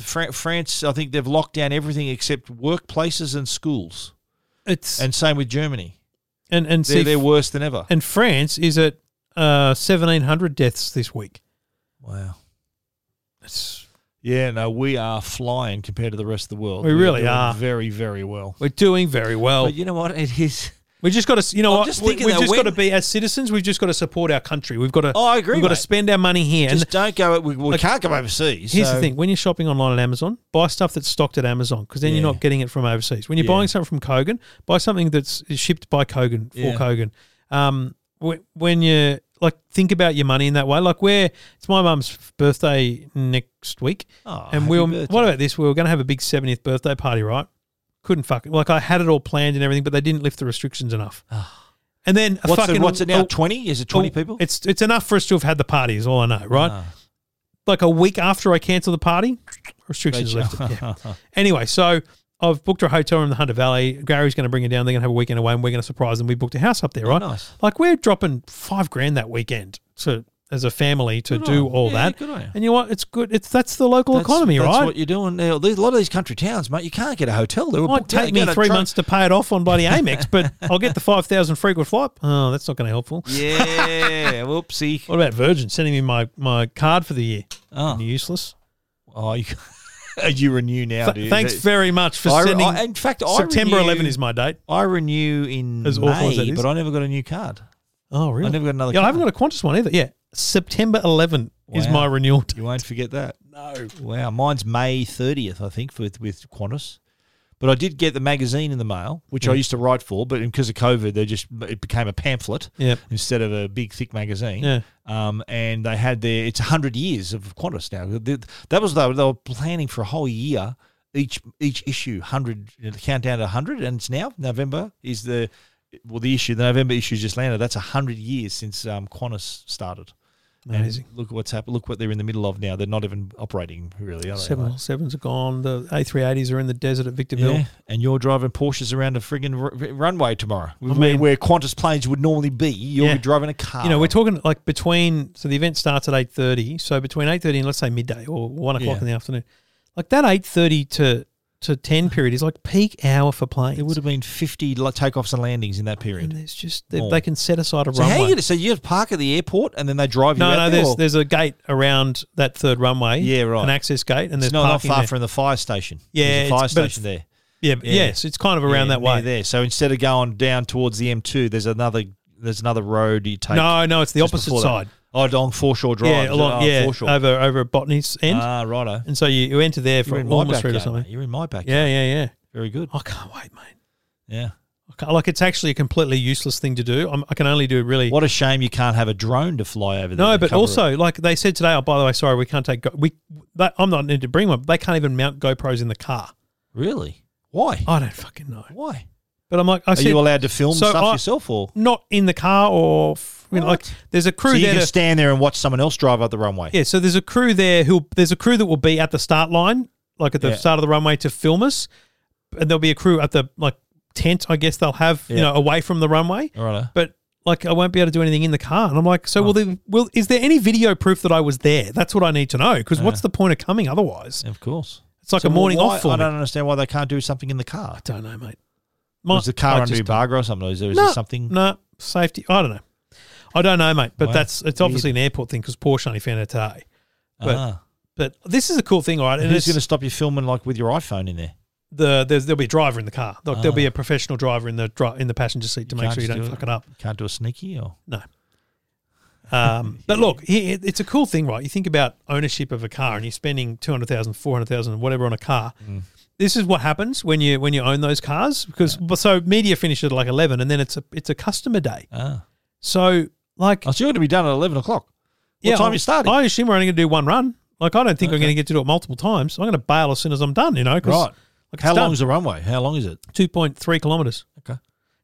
[SPEAKER 2] Fra- France, I think they've locked down everything except workplaces and schools.
[SPEAKER 1] It's
[SPEAKER 2] And same with Germany.
[SPEAKER 1] and and
[SPEAKER 2] They're,
[SPEAKER 1] see,
[SPEAKER 2] they're worse than ever.
[SPEAKER 1] and France is at uh, seventeen hundred deaths this week.
[SPEAKER 2] Wow.
[SPEAKER 1] It's,
[SPEAKER 2] Yeah, no, we are flying compared to the rest of the world.
[SPEAKER 1] We
[SPEAKER 2] We're
[SPEAKER 1] really
[SPEAKER 2] doing
[SPEAKER 1] are.
[SPEAKER 2] very, very well.
[SPEAKER 1] we're doing very well.
[SPEAKER 2] But you know what? It is.
[SPEAKER 1] We just got to, you know,
[SPEAKER 2] I'm
[SPEAKER 1] what
[SPEAKER 2] just
[SPEAKER 1] we,
[SPEAKER 2] thinking
[SPEAKER 1] we've
[SPEAKER 2] that
[SPEAKER 1] just got to
[SPEAKER 2] when-
[SPEAKER 1] be as citizens. We've just got to support our country. We've got to.
[SPEAKER 2] Oh, I agree,
[SPEAKER 1] We've got to
[SPEAKER 2] mate.
[SPEAKER 1] spend our money here.
[SPEAKER 2] Just
[SPEAKER 1] And
[SPEAKER 2] don't go. We, we
[SPEAKER 1] Like,
[SPEAKER 2] can't go overseas.
[SPEAKER 1] here's
[SPEAKER 2] so-
[SPEAKER 1] the thing: when you're shopping online at Amazon, buy stuff that's stocked at Amazon because then you're
[SPEAKER 2] Yeah.
[SPEAKER 1] not getting it from overseas. When you're
[SPEAKER 2] Yeah.
[SPEAKER 1] buying something from Kogan, buy something that's shipped by Kogan for
[SPEAKER 2] Yeah.
[SPEAKER 1] Kogan. Um, wh- when you like think about your money in that way, like where it's my mum's birthday next week.
[SPEAKER 2] Oh,
[SPEAKER 1] and
[SPEAKER 2] happy
[SPEAKER 1] we were,
[SPEAKER 2] birthday.
[SPEAKER 1] what about this? We were going to have a big 70th birthday party, right? Couldn't fuck it. Like I had it all planned and everything, but they didn't lift the restrictions enough. And then a
[SPEAKER 2] Ah. What's
[SPEAKER 1] fucking
[SPEAKER 2] it, what's it
[SPEAKER 1] a-
[SPEAKER 2] now? Twenty? Is it twenty
[SPEAKER 1] a-
[SPEAKER 2] people?
[SPEAKER 1] It's it's enough for us to have had the party, is all I know, right?
[SPEAKER 2] Ah.
[SPEAKER 1] Like a week after I cancelled the party, restrictions lifted. Yeah. Anyway, so I've booked her a hotel room in the Hunter Valley. Gary's going to bring her down. They're going to have a
[SPEAKER 2] Oh,
[SPEAKER 1] weekend away, and we're going to surprise them. We booked a house up there, right?
[SPEAKER 2] nice.
[SPEAKER 1] Like we're dropping five grand that weekend to as a family to do all
[SPEAKER 2] Yeah,
[SPEAKER 1] that.
[SPEAKER 2] good on you.
[SPEAKER 1] And you know what? It's good. It's that's the local
[SPEAKER 2] That's-
[SPEAKER 1] economy,
[SPEAKER 2] that's
[SPEAKER 1] right?
[SPEAKER 2] what you're doing. Now, these- A lot of these country towns, mate, you can't get a hotel. They were
[SPEAKER 1] It might
[SPEAKER 2] booked out.
[SPEAKER 1] take
[SPEAKER 2] You
[SPEAKER 1] me
[SPEAKER 2] go to
[SPEAKER 1] three
[SPEAKER 2] tra-
[SPEAKER 1] months to pay it off on bloody Amex, but I'll get the five thousand frequent flight. Oh, that's not going to be helpful.
[SPEAKER 2] Yeah, whoopsie.
[SPEAKER 1] What about Virgin sending me my, my card for the year?
[SPEAKER 2] Oh,
[SPEAKER 1] Useless.
[SPEAKER 2] oh you, you renew now,
[SPEAKER 1] Th-
[SPEAKER 2] dude.
[SPEAKER 1] thanks very much for
[SPEAKER 2] I, re-
[SPEAKER 1] sending.
[SPEAKER 2] I- in fact, I
[SPEAKER 1] September
[SPEAKER 2] renew,
[SPEAKER 1] 11 is my date.
[SPEAKER 2] I renew in
[SPEAKER 1] As
[SPEAKER 2] May,
[SPEAKER 1] awful as that is.
[SPEAKER 2] but I never got a new card.
[SPEAKER 1] Oh,
[SPEAKER 2] I
[SPEAKER 1] really?
[SPEAKER 2] never got another.
[SPEAKER 1] yeah, I
[SPEAKER 2] card.
[SPEAKER 1] haven't got a Qantas one either. Yeah, September 11 is
[SPEAKER 2] Wow.
[SPEAKER 1] my renewal. date.
[SPEAKER 2] You won't forget that. No. Wow. Mine's May 30th, I think, with, with Qantas. But I did get the magazine in the mail, which I used to write for, but because of COVID, they just it became a pamphlet
[SPEAKER 1] Yep.
[SPEAKER 2] instead of a big thick magazine.
[SPEAKER 1] Yeah.
[SPEAKER 2] Um, and they had their it's hundred years of Qantas now. Th- That was they were, they were planning for a whole year each each issue hundred countdown to hundred, and it's now November is the well the issue the November issue just landed. That's hundred years since um, Qantas started. And
[SPEAKER 1] Amazing.
[SPEAKER 2] look at what's happened. Look what they're in the middle of now. They're not even operating really, are they?
[SPEAKER 1] Seven
[SPEAKER 2] Like,
[SPEAKER 1] sevens are gone. The A380s are in the desert at Victorville.
[SPEAKER 2] yeah, and you're driving Porsches around a friggin' r- r- runway tomorrow, where,
[SPEAKER 1] mean-
[SPEAKER 2] where Qantas planes would normally be. You'll
[SPEAKER 1] Yeah.
[SPEAKER 2] be driving a car.
[SPEAKER 1] You know, we're talking like between. So the event starts at eight thirty. So between eight thirty and let's say midday or one o'clock
[SPEAKER 2] Yeah.
[SPEAKER 1] in the afternoon, like that eight thirty to to ten period is like peak hour for planes.
[SPEAKER 2] It would have been 50 lo- takeoffs and landings in that
[SPEAKER 1] And
[SPEAKER 2] period.
[SPEAKER 1] there's just they,
[SPEAKER 2] More.
[SPEAKER 1] they can set aside a
[SPEAKER 2] So how
[SPEAKER 1] runway.
[SPEAKER 2] you going to? So you have park at the airport and then they drive you
[SPEAKER 1] no, no,
[SPEAKER 2] out there,
[SPEAKER 1] there's
[SPEAKER 2] or-
[SPEAKER 1] there's a gate around that third runway.
[SPEAKER 2] Yeah, right.
[SPEAKER 1] An access gate, and
[SPEAKER 2] it's
[SPEAKER 1] there's
[SPEAKER 2] not, not
[SPEAKER 1] parking
[SPEAKER 2] far
[SPEAKER 1] there.
[SPEAKER 2] from the fire station.
[SPEAKER 1] Yeah,
[SPEAKER 2] there's a
[SPEAKER 1] it's-
[SPEAKER 2] fire
[SPEAKER 1] but it's
[SPEAKER 2] station there.
[SPEAKER 1] yeah, but
[SPEAKER 2] yeah.
[SPEAKER 1] yes, it's kind of around
[SPEAKER 2] Yeah,
[SPEAKER 1] that way.
[SPEAKER 2] near there. So instead of going down towards the M2, there's another there's another road you take.
[SPEAKER 1] No, no, it's the
[SPEAKER 2] just
[SPEAKER 1] opposite
[SPEAKER 2] before that.
[SPEAKER 1] side.
[SPEAKER 2] Oh, along Foreshore Drive.
[SPEAKER 1] Yeah, along,
[SPEAKER 2] oh,
[SPEAKER 1] yeah,
[SPEAKER 2] Foreshore.
[SPEAKER 1] over over at Botany's end,
[SPEAKER 2] Ah, righto.
[SPEAKER 1] and so you, you enter there
[SPEAKER 2] You're in
[SPEAKER 1] from
[SPEAKER 2] my
[SPEAKER 1] Ormond Street
[SPEAKER 2] backyard.
[SPEAKER 1] or something.
[SPEAKER 2] mate. You're in my backyard.
[SPEAKER 1] Yeah, Oh, yeah, yeah.
[SPEAKER 2] Very good.
[SPEAKER 1] I can't wait, mate.
[SPEAKER 2] Yeah.
[SPEAKER 1] I can't- like it's actually a completely useless thing to do. I'm, I can only do really.
[SPEAKER 2] What a shame you can't have a drone to fly over there.
[SPEAKER 1] no,
[SPEAKER 2] to
[SPEAKER 1] but
[SPEAKER 2] cover it.
[SPEAKER 1] also like they said today. Oh, by the way, sorry, we can't take. Go- we that, I'm not need to bring one. but They can't even mount GoPros in the car.
[SPEAKER 2] really, why?
[SPEAKER 1] I don't fucking know.
[SPEAKER 2] Why
[SPEAKER 1] But I'm like, I
[SPEAKER 2] are
[SPEAKER 1] said,
[SPEAKER 2] you allowed to film
[SPEAKER 1] Oh. so
[SPEAKER 2] stuff
[SPEAKER 1] I-
[SPEAKER 2] yourself, or
[SPEAKER 1] not in the car or f- you know, like
[SPEAKER 2] What?
[SPEAKER 1] there's a crew
[SPEAKER 2] so you
[SPEAKER 1] there.
[SPEAKER 2] can
[SPEAKER 1] To,
[SPEAKER 2] stand there and watch someone else drive up the runway?
[SPEAKER 1] yeah, so there's a crew there who there's a crew that will be at the start line, like at the
[SPEAKER 2] Yeah.
[SPEAKER 1] start of the runway to film us, and there'll be a crew at the like tent. I guess they'll have you
[SPEAKER 2] Yeah.
[SPEAKER 1] know away from the runway.
[SPEAKER 2] Righto.
[SPEAKER 1] but like I won't be able to do anything in the car. And I'm like, so will there, will is there any video proof that I was there? That's what I need to know because what's the point of coming otherwise?
[SPEAKER 2] Of course.
[SPEAKER 1] It's like a
[SPEAKER 2] well,
[SPEAKER 1] morning
[SPEAKER 2] why-
[SPEAKER 1] off for
[SPEAKER 2] I
[SPEAKER 1] me.
[SPEAKER 2] don't understand why they can't do something in the car.
[SPEAKER 1] I don't know, mate. My-
[SPEAKER 2] Was the car
[SPEAKER 1] I
[SPEAKER 2] under
[SPEAKER 1] just-
[SPEAKER 2] Embargo or something? Is there, is
[SPEAKER 1] No,
[SPEAKER 2] there something?
[SPEAKER 1] No safety. I don't know. I don't know, mate. But
[SPEAKER 2] Wow.
[SPEAKER 1] that's it's obviously an airport thing because Porsche only found out today. but-
[SPEAKER 2] Ah.
[SPEAKER 1] But this is a cool thing, all right? And
[SPEAKER 2] Who's
[SPEAKER 1] it's
[SPEAKER 2] going to stop you filming like with your iPhone in there?
[SPEAKER 1] the there's, there'll be a driver in the car. Like, There'll
[SPEAKER 2] Ah.
[SPEAKER 1] be a professional driver in the dri- in the passenger seat to make
[SPEAKER 2] can't
[SPEAKER 1] sure you
[SPEAKER 2] just
[SPEAKER 1] don't
[SPEAKER 2] do it.
[SPEAKER 1] fuck it up.
[SPEAKER 2] You can't do a sneaky or
[SPEAKER 1] Um, but look, he- it- it's a cool thing, right? You think about ownership of a car, and you're spending two hundred thousand, four hundred thousand, whatever on a car.
[SPEAKER 2] Mm.
[SPEAKER 1] This is what happens when you when you own those cars because but so media finishes at like eleven, and then it's a it's a customer day.
[SPEAKER 2] ah.
[SPEAKER 1] So like,
[SPEAKER 2] Oh, so you're going to be done at eleven o'clock. What time you starting?
[SPEAKER 1] I assume we're only going to do one run. Like, I don't think I'm going to get to do it multiple times. I'm going to bail as soon as I'm done. You know, 'cause,
[SPEAKER 2] Right.
[SPEAKER 1] Like,
[SPEAKER 2] How long is the runway? How long is it?
[SPEAKER 1] Two point three kilometers.
[SPEAKER 2] Okay.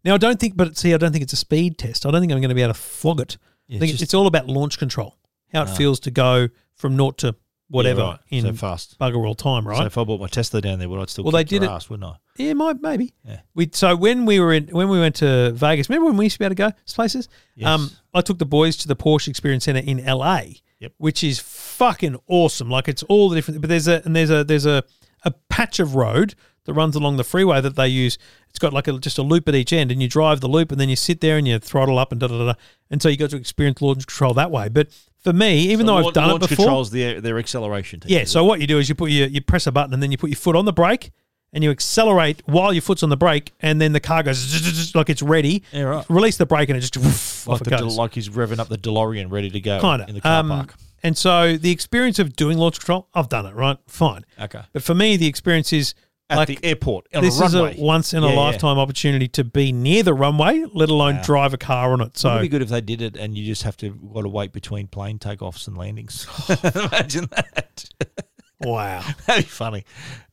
[SPEAKER 1] Now I don't think, but see, I don't think it's a speed test. I don't think I'm going to be able to flog it.
[SPEAKER 2] Yeah,
[SPEAKER 1] I think
[SPEAKER 2] just- Ah.
[SPEAKER 1] it's all about launch control, how it feels to go from naught to whatever
[SPEAKER 2] Yeah, right.
[SPEAKER 1] in
[SPEAKER 2] so fast.
[SPEAKER 1] bugger all time, right?
[SPEAKER 2] So if I bought my Tesla down there, would I still?
[SPEAKER 1] Well, they
[SPEAKER 2] kick your
[SPEAKER 1] did it-
[SPEAKER 2] Ass, wouldn't I?
[SPEAKER 1] yeah, might maybe.
[SPEAKER 2] Yeah.
[SPEAKER 1] We so when we were in when we went to Vegas, remember when we used to be able to go to places? Um,
[SPEAKER 2] Yes.
[SPEAKER 1] I took the boys to the Porsche Experience Center in LA,
[SPEAKER 2] Yep.
[SPEAKER 1] which is fucking awesome. Like it's all the different, but there's a and there's a there's a a patch of road that runs along the freeway that they use. It's got like a, just a loop at each end, and you drive the loop, and then you sit there and you throttle up and da da da. da. And so you got to experience launch control that way. But for me, even
[SPEAKER 2] So
[SPEAKER 1] though
[SPEAKER 2] launch-
[SPEAKER 1] I've done
[SPEAKER 2] launch
[SPEAKER 1] it before,
[SPEAKER 2] controls their their acceleration.
[SPEAKER 1] Yeah. So what you do is you put your you press a button and then you put your foot on the brake and you accelerate while your foot's on the brake and then the car goes zzz, zzz, zzz, like it's ready.
[SPEAKER 2] Yeah, right.
[SPEAKER 1] Release the brake and it just woof,
[SPEAKER 2] like,
[SPEAKER 1] off
[SPEAKER 2] the,
[SPEAKER 1] it
[SPEAKER 2] De-
[SPEAKER 1] goes.
[SPEAKER 2] like he's revving up the DeLorean, ready to go
[SPEAKER 1] Kinda.
[SPEAKER 2] in the car
[SPEAKER 1] Um,
[SPEAKER 2] park.
[SPEAKER 1] And so the experience of doing launch control, I've done it right, fine.
[SPEAKER 2] Okay.
[SPEAKER 1] But for me, the experience is
[SPEAKER 2] At
[SPEAKER 1] like
[SPEAKER 2] the airport on
[SPEAKER 1] this
[SPEAKER 2] a
[SPEAKER 1] is a
[SPEAKER 2] runway.
[SPEAKER 1] once in a
[SPEAKER 2] Yeah, yeah.
[SPEAKER 1] lifetime opportunity to be near the runway, let alone drive a car on it.
[SPEAKER 2] It'd
[SPEAKER 1] So
[SPEAKER 2] be good if they did it, and you just have to got to wait between plane takeoffs and landings. Imagine that.
[SPEAKER 1] wow.
[SPEAKER 2] That'd be funny.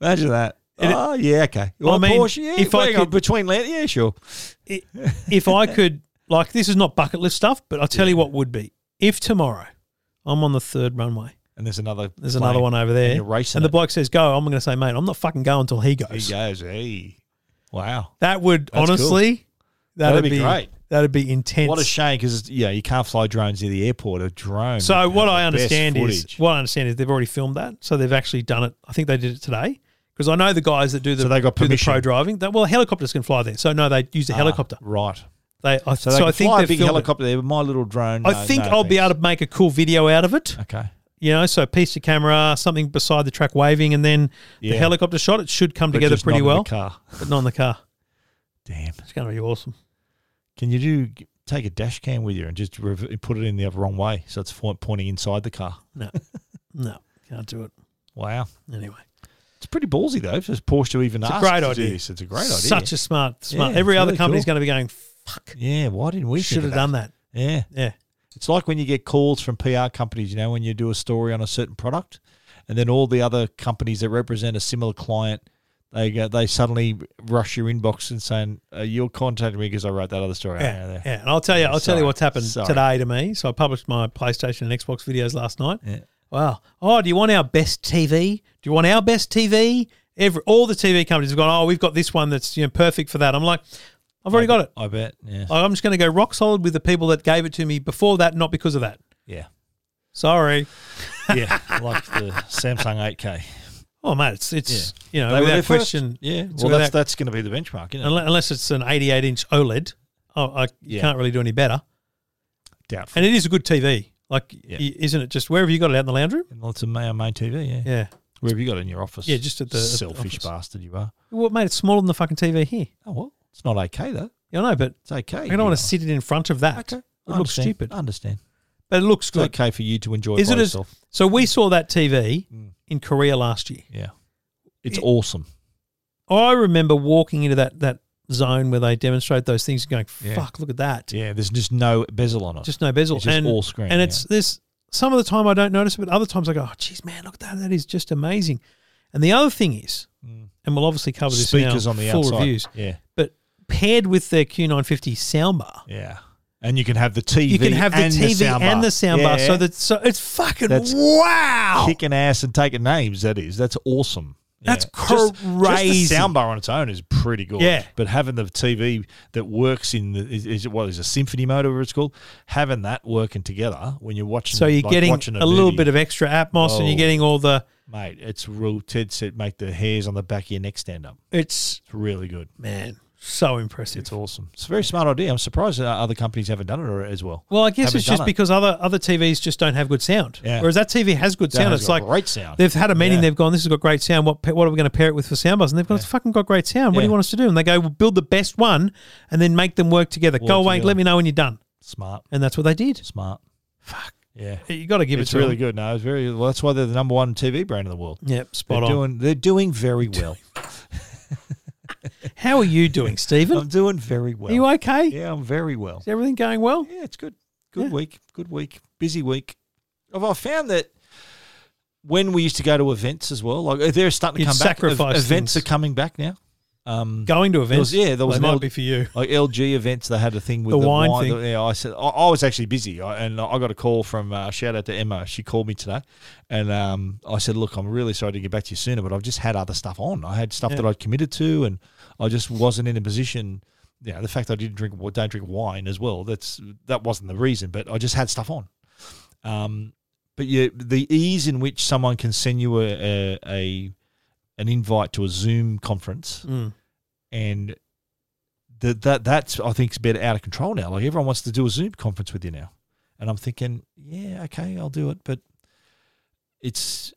[SPEAKER 2] Imagine that. oh yeah, okay. You
[SPEAKER 1] I
[SPEAKER 2] want a
[SPEAKER 1] mean,
[SPEAKER 2] Porsche? Yeah,
[SPEAKER 1] if I
[SPEAKER 2] hang on,
[SPEAKER 1] could-
[SPEAKER 2] between land, yeah, sure.
[SPEAKER 1] I- if I could, like, this is not bucket list stuff, but I'll tell you what would be. If tomorrow I'm on the third runway,
[SPEAKER 2] And there's another.
[SPEAKER 1] there's
[SPEAKER 2] plane.
[SPEAKER 1] another one over there,
[SPEAKER 2] you're racing
[SPEAKER 1] and the
[SPEAKER 2] it.
[SPEAKER 1] bloke says go, I'm going to say, mate, I'm not fucking going until he goes.
[SPEAKER 2] He goes, hey, wow.
[SPEAKER 1] That would
[SPEAKER 2] That's
[SPEAKER 1] honestly,
[SPEAKER 2] That'd be great.
[SPEAKER 1] That'd be intense.
[SPEAKER 2] What a shame because yeah, you can't fly drones near the airport. A drone.
[SPEAKER 1] So
[SPEAKER 2] would
[SPEAKER 1] what
[SPEAKER 2] have
[SPEAKER 1] I
[SPEAKER 2] the best
[SPEAKER 1] understand is
[SPEAKER 2] footage.
[SPEAKER 1] what I understand is they've already filmed that, so they've actually done it. I think they did it today because I know the guys that do the
[SPEAKER 2] So they got
[SPEAKER 1] do the
[SPEAKER 2] permission. Ah,
[SPEAKER 1] pro driving. That, well, helicopters can fly there, so no, they use a helicopter.
[SPEAKER 2] right.
[SPEAKER 1] They I, so,
[SPEAKER 2] So they
[SPEAKER 1] I
[SPEAKER 2] can
[SPEAKER 1] think
[SPEAKER 2] fly a
[SPEAKER 1] they've
[SPEAKER 2] big
[SPEAKER 1] filmed it.
[SPEAKER 2] helicopter there. But my little drone.
[SPEAKER 1] I
[SPEAKER 2] no,
[SPEAKER 1] think
[SPEAKER 2] no,
[SPEAKER 1] I'll be
[SPEAKER 2] thanks.
[SPEAKER 1] able to make a cool video out of it.
[SPEAKER 2] Okay.
[SPEAKER 1] You know, so piece of camera, something beside the track waving, and then the
[SPEAKER 2] Yeah.
[SPEAKER 1] helicopter shot. It should come
[SPEAKER 2] But
[SPEAKER 1] together
[SPEAKER 2] just
[SPEAKER 1] pretty
[SPEAKER 2] not in the
[SPEAKER 1] well,
[SPEAKER 2] car.
[SPEAKER 1] but not in the car.
[SPEAKER 2] Damn.
[SPEAKER 1] It's going to be awesome.
[SPEAKER 2] Can you do take a dash cam with you and just rev- put it in the wrong way so it's fo- pointing inside the car?
[SPEAKER 1] No, can't do it
[SPEAKER 2] Wow.
[SPEAKER 1] anyway.
[SPEAKER 2] It's pretty ballsy though. Just Porsche to even
[SPEAKER 1] It's a
[SPEAKER 2] ask
[SPEAKER 1] great
[SPEAKER 2] to
[SPEAKER 1] idea.
[SPEAKER 2] do this. It's a great idea.
[SPEAKER 1] Such a smart, smart.
[SPEAKER 2] Yeah,
[SPEAKER 1] Every
[SPEAKER 2] it's
[SPEAKER 1] other
[SPEAKER 2] really
[SPEAKER 1] company's going
[SPEAKER 2] cool.
[SPEAKER 1] to be going. Fuck,
[SPEAKER 2] yeah. Why didn't
[SPEAKER 1] we
[SPEAKER 2] we think
[SPEAKER 1] should
[SPEAKER 2] of
[SPEAKER 1] have done that.
[SPEAKER 2] that? Yeah.
[SPEAKER 1] Yeah.
[SPEAKER 2] It's like when you get calls from PR companies, you know, when you do a story on a certain product, and then all the other companies that represent a similar client, they go, they suddenly rush your inbox and saying, uh, "You're contacting me because I wrote that other story."
[SPEAKER 1] Yeah,
[SPEAKER 2] Yeah,
[SPEAKER 1] yeah, and I'll tell you, I'll tell you
[SPEAKER 2] Sorry.
[SPEAKER 1] what's happened
[SPEAKER 2] Sorry.
[SPEAKER 1] today to me. So I published my PlayStation and Xbox videos last night.
[SPEAKER 2] Yeah.
[SPEAKER 1] Wow. Oh, do you want our best TV? Do you want our best TV? Every all the TV companies have gone. Oh, we've got this one that's you know perfect for that. I'm like, I've already got it.
[SPEAKER 2] I bet. Yeah,
[SPEAKER 1] I'm just going to go rock solid with the people that gave it to me before that, not because of that.
[SPEAKER 2] yeah,
[SPEAKER 1] Sorry.
[SPEAKER 2] yeah. like the Samsung 8K.
[SPEAKER 1] Oh mate, it's it's you know
[SPEAKER 2] They were there
[SPEAKER 1] Uh, without
[SPEAKER 2] first.
[SPEAKER 1] question.
[SPEAKER 2] Yeah.
[SPEAKER 1] it's
[SPEAKER 2] Well, that's
[SPEAKER 1] without-
[SPEAKER 2] that's going to be the benchmark, isn't it?
[SPEAKER 1] unle- unless it's an 88 inch OLED, oh, I you
[SPEAKER 2] Yeah.
[SPEAKER 1] can't really do any better.
[SPEAKER 2] Doubtful.
[SPEAKER 1] And it is a good TV. Like,
[SPEAKER 2] Yeah.
[SPEAKER 1] y isn't it just where have you got it out in the lounge room?
[SPEAKER 2] And lots of uh, main main TV. Yeah.
[SPEAKER 1] Yeah.
[SPEAKER 2] Where have you got it in your office?
[SPEAKER 1] Yeah, just at the- at the
[SPEAKER 2] selfish
[SPEAKER 1] office.
[SPEAKER 2] bastard you are.
[SPEAKER 1] Well, mate, it's smaller than the fucking TV here.
[SPEAKER 2] Oh well, it's not okay though.
[SPEAKER 1] You know, but
[SPEAKER 2] It's okay.
[SPEAKER 1] I don't want to sit it in front of that.
[SPEAKER 2] Okay.
[SPEAKER 1] It looks stupid,
[SPEAKER 2] I understand.
[SPEAKER 1] but it looks
[SPEAKER 2] It's
[SPEAKER 1] good.
[SPEAKER 2] okay for you to enjoy
[SPEAKER 1] Is
[SPEAKER 2] it by
[SPEAKER 1] it as-
[SPEAKER 2] yourself.
[SPEAKER 1] So we saw that TV
[SPEAKER 2] Mm.
[SPEAKER 1] in Korea last year.
[SPEAKER 2] yeah. It's
[SPEAKER 1] It-
[SPEAKER 2] awesome.
[SPEAKER 1] I remember walking into that that zone where they demonstrate those things and going,
[SPEAKER 2] Yeah.
[SPEAKER 1] "Fuck, look at that!
[SPEAKER 2] Yeah, there's just no bezel on it.
[SPEAKER 1] Just no bezel."
[SPEAKER 2] it's just
[SPEAKER 1] and
[SPEAKER 2] all screen.
[SPEAKER 1] and
[SPEAKER 2] yeah.
[SPEAKER 1] it's this. Some of the time I don't notice it, but other times I go, "Oh, geez, man, look at that! That is just amazing." And the other thing is,
[SPEAKER 2] Mm.
[SPEAKER 1] and we'll obviously cover this
[SPEAKER 2] speakers
[SPEAKER 1] now,
[SPEAKER 2] on the
[SPEAKER 1] full
[SPEAKER 2] outside.
[SPEAKER 1] reviews,
[SPEAKER 2] Yeah,
[SPEAKER 1] but paired with their Q950 soundbar.
[SPEAKER 2] yeah. And you can have the TV.
[SPEAKER 1] you can have the
[SPEAKER 2] and
[SPEAKER 1] TV
[SPEAKER 2] soundbar.
[SPEAKER 1] and the soundbar,
[SPEAKER 2] Yeah.
[SPEAKER 1] so that so it's fucking
[SPEAKER 2] That's
[SPEAKER 1] wow.
[SPEAKER 2] kicking ass and taking names. That is. That's awesome. Yeah.
[SPEAKER 1] That's
[SPEAKER 2] Just- just
[SPEAKER 1] crazy.
[SPEAKER 2] the soundbar on its own is pretty good.
[SPEAKER 1] Yeah.
[SPEAKER 2] But having the TV that works in the is, is it what is it, a symphony mode or whatever it's called, having that working together when you're watching.
[SPEAKER 1] So you're
[SPEAKER 2] like
[SPEAKER 1] getting
[SPEAKER 2] watching
[SPEAKER 1] a, little
[SPEAKER 2] movie. Oh.
[SPEAKER 1] bit of extra Atmos, and
[SPEAKER 2] Whoa.
[SPEAKER 1] you're getting all the.
[SPEAKER 2] Mate, it's real. Ted said, make the hairs on the back of your neck stand up.
[SPEAKER 1] It's
[SPEAKER 2] It's really good.
[SPEAKER 1] man, so impressive.
[SPEAKER 2] It's awesome. It's a very smart idea. I'm surprised that other companies haven't done it or- as well.
[SPEAKER 1] well, I guess
[SPEAKER 2] haven't
[SPEAKER 1] it's just
[SPEAKER 2] done it.
[SPEAKER 1] because other other TVs just don't have good sound.
[SPEAKER 2] Yeah.
[SPEAKER 1] Whereas that TV has good
[SPEAKER 2] That
[SPEAKER 1] sound.
[SPEAKER 2] has
[SPEAKER 1] It's
[SPEAKER 2] got
[SPEAKER 1] like
[SPEAKER 2] great sound.
[SPEAKER 1] they've had a meeting.
[SPEAKER 2] Yeah.
[SPEAKER 1] They've gone, "This has got great sound. What pa- what are we going to pair it with for soundbars?" And they've gone, "It's fucking got great sound. What do you
[SPEAKER 2] Yeah.
[SPEAKER 1] want us to do?" And they go, "Well, build the best one, and then make them work together.
[SPEAKER 2] Work
[SPEAKER 1] Go away. and
[SPEAKER 2] together.
[SPEAKER 1] Let me know when you're done."
[SPEAKER 2] Smart,
[SPEAKER 1] And that's what they did.
[SPEAKER 2] smart. Fuck. Yeah.
[SPEAKER 1] You got to give it
[SPEAKER 2] it's
[SPEAKER 1] to
[SPEAKER 2] really
[SPEAKER 1] them.
[SPEAKER 2] good. No, it's very. Well, that's why they're the number one TV brand in the world.
[SPEAKER 1] Yep,
[SPEAKER 2] They're
[SPEAKER 1] spot on.
[SPEAKER 2] doing. They're doing very well.
[SPEAKER 1] How are you doing, Stephen?
[SPEAKER 2] I'm doing very well.
[SPEAKER 1] Are you okay?
[SPEAKER 2] Yeah, I'm very well.
[SPEAKER 1] Is everything going well?
[SPEAKER 2] Yeah, it's good. Good
[SPEAKER 1] Yeah.
[SPEAKER 2] week. Good week. Busy week. I've I found that when we used to go to events as well, like they're starting to
[SPEAKER 1] You'd
[SPEAKER 2] come back. Ev-
[SPEAKER 1] sacrifice
[SPEAKER 2] Events
[SPEAKER 1] things.
[SPEAKER 2] are coming back now. Um,
[SPEAKER 1] Going to events?
[SPEAKER 2] was- yeah, there was
[SPEAKER 1] they
[SPEAKER 2] an
[SPEAKER 1] might
[SPEAKER 2] old-
[SPEAKER 1] be for you.
[SPEAKER 2] like LG events, they had a thing with
[SPEAKER 1] The
[SPEAKER 2] the,
[SPEAKER 1] wine
[SPEAKER 2] wine.
[SPEAKER 1] thing.
[SPEAKER 2] Yeah, I said I, I was actually busy, I, and I got a call from uh, shout out to Emma. She called me today, and um, I said, "Look, I'm really sorry to get back to you sooner, but I've just had other stuff on. I had stuff
[SPEAKER 1] Yeah.
[SPEAKER 2] that I'd committed to, and I just wasn't in a position. Yeah, the fact I didn't drink, wa- don't drink wine as well. That's that wasn't the reason, but I just had stuff on. Um, but yeah, the ease in which someone can send you a, a, a an invite to a Zoom conference
[SPEAKER 1] Mm.
[SPEAKER 2] and that that that's I think is a bit out of control now. Like everyone wants to do a Zoom conference with you now, and I'm thinking, yeah, okay, I'll do it, but it's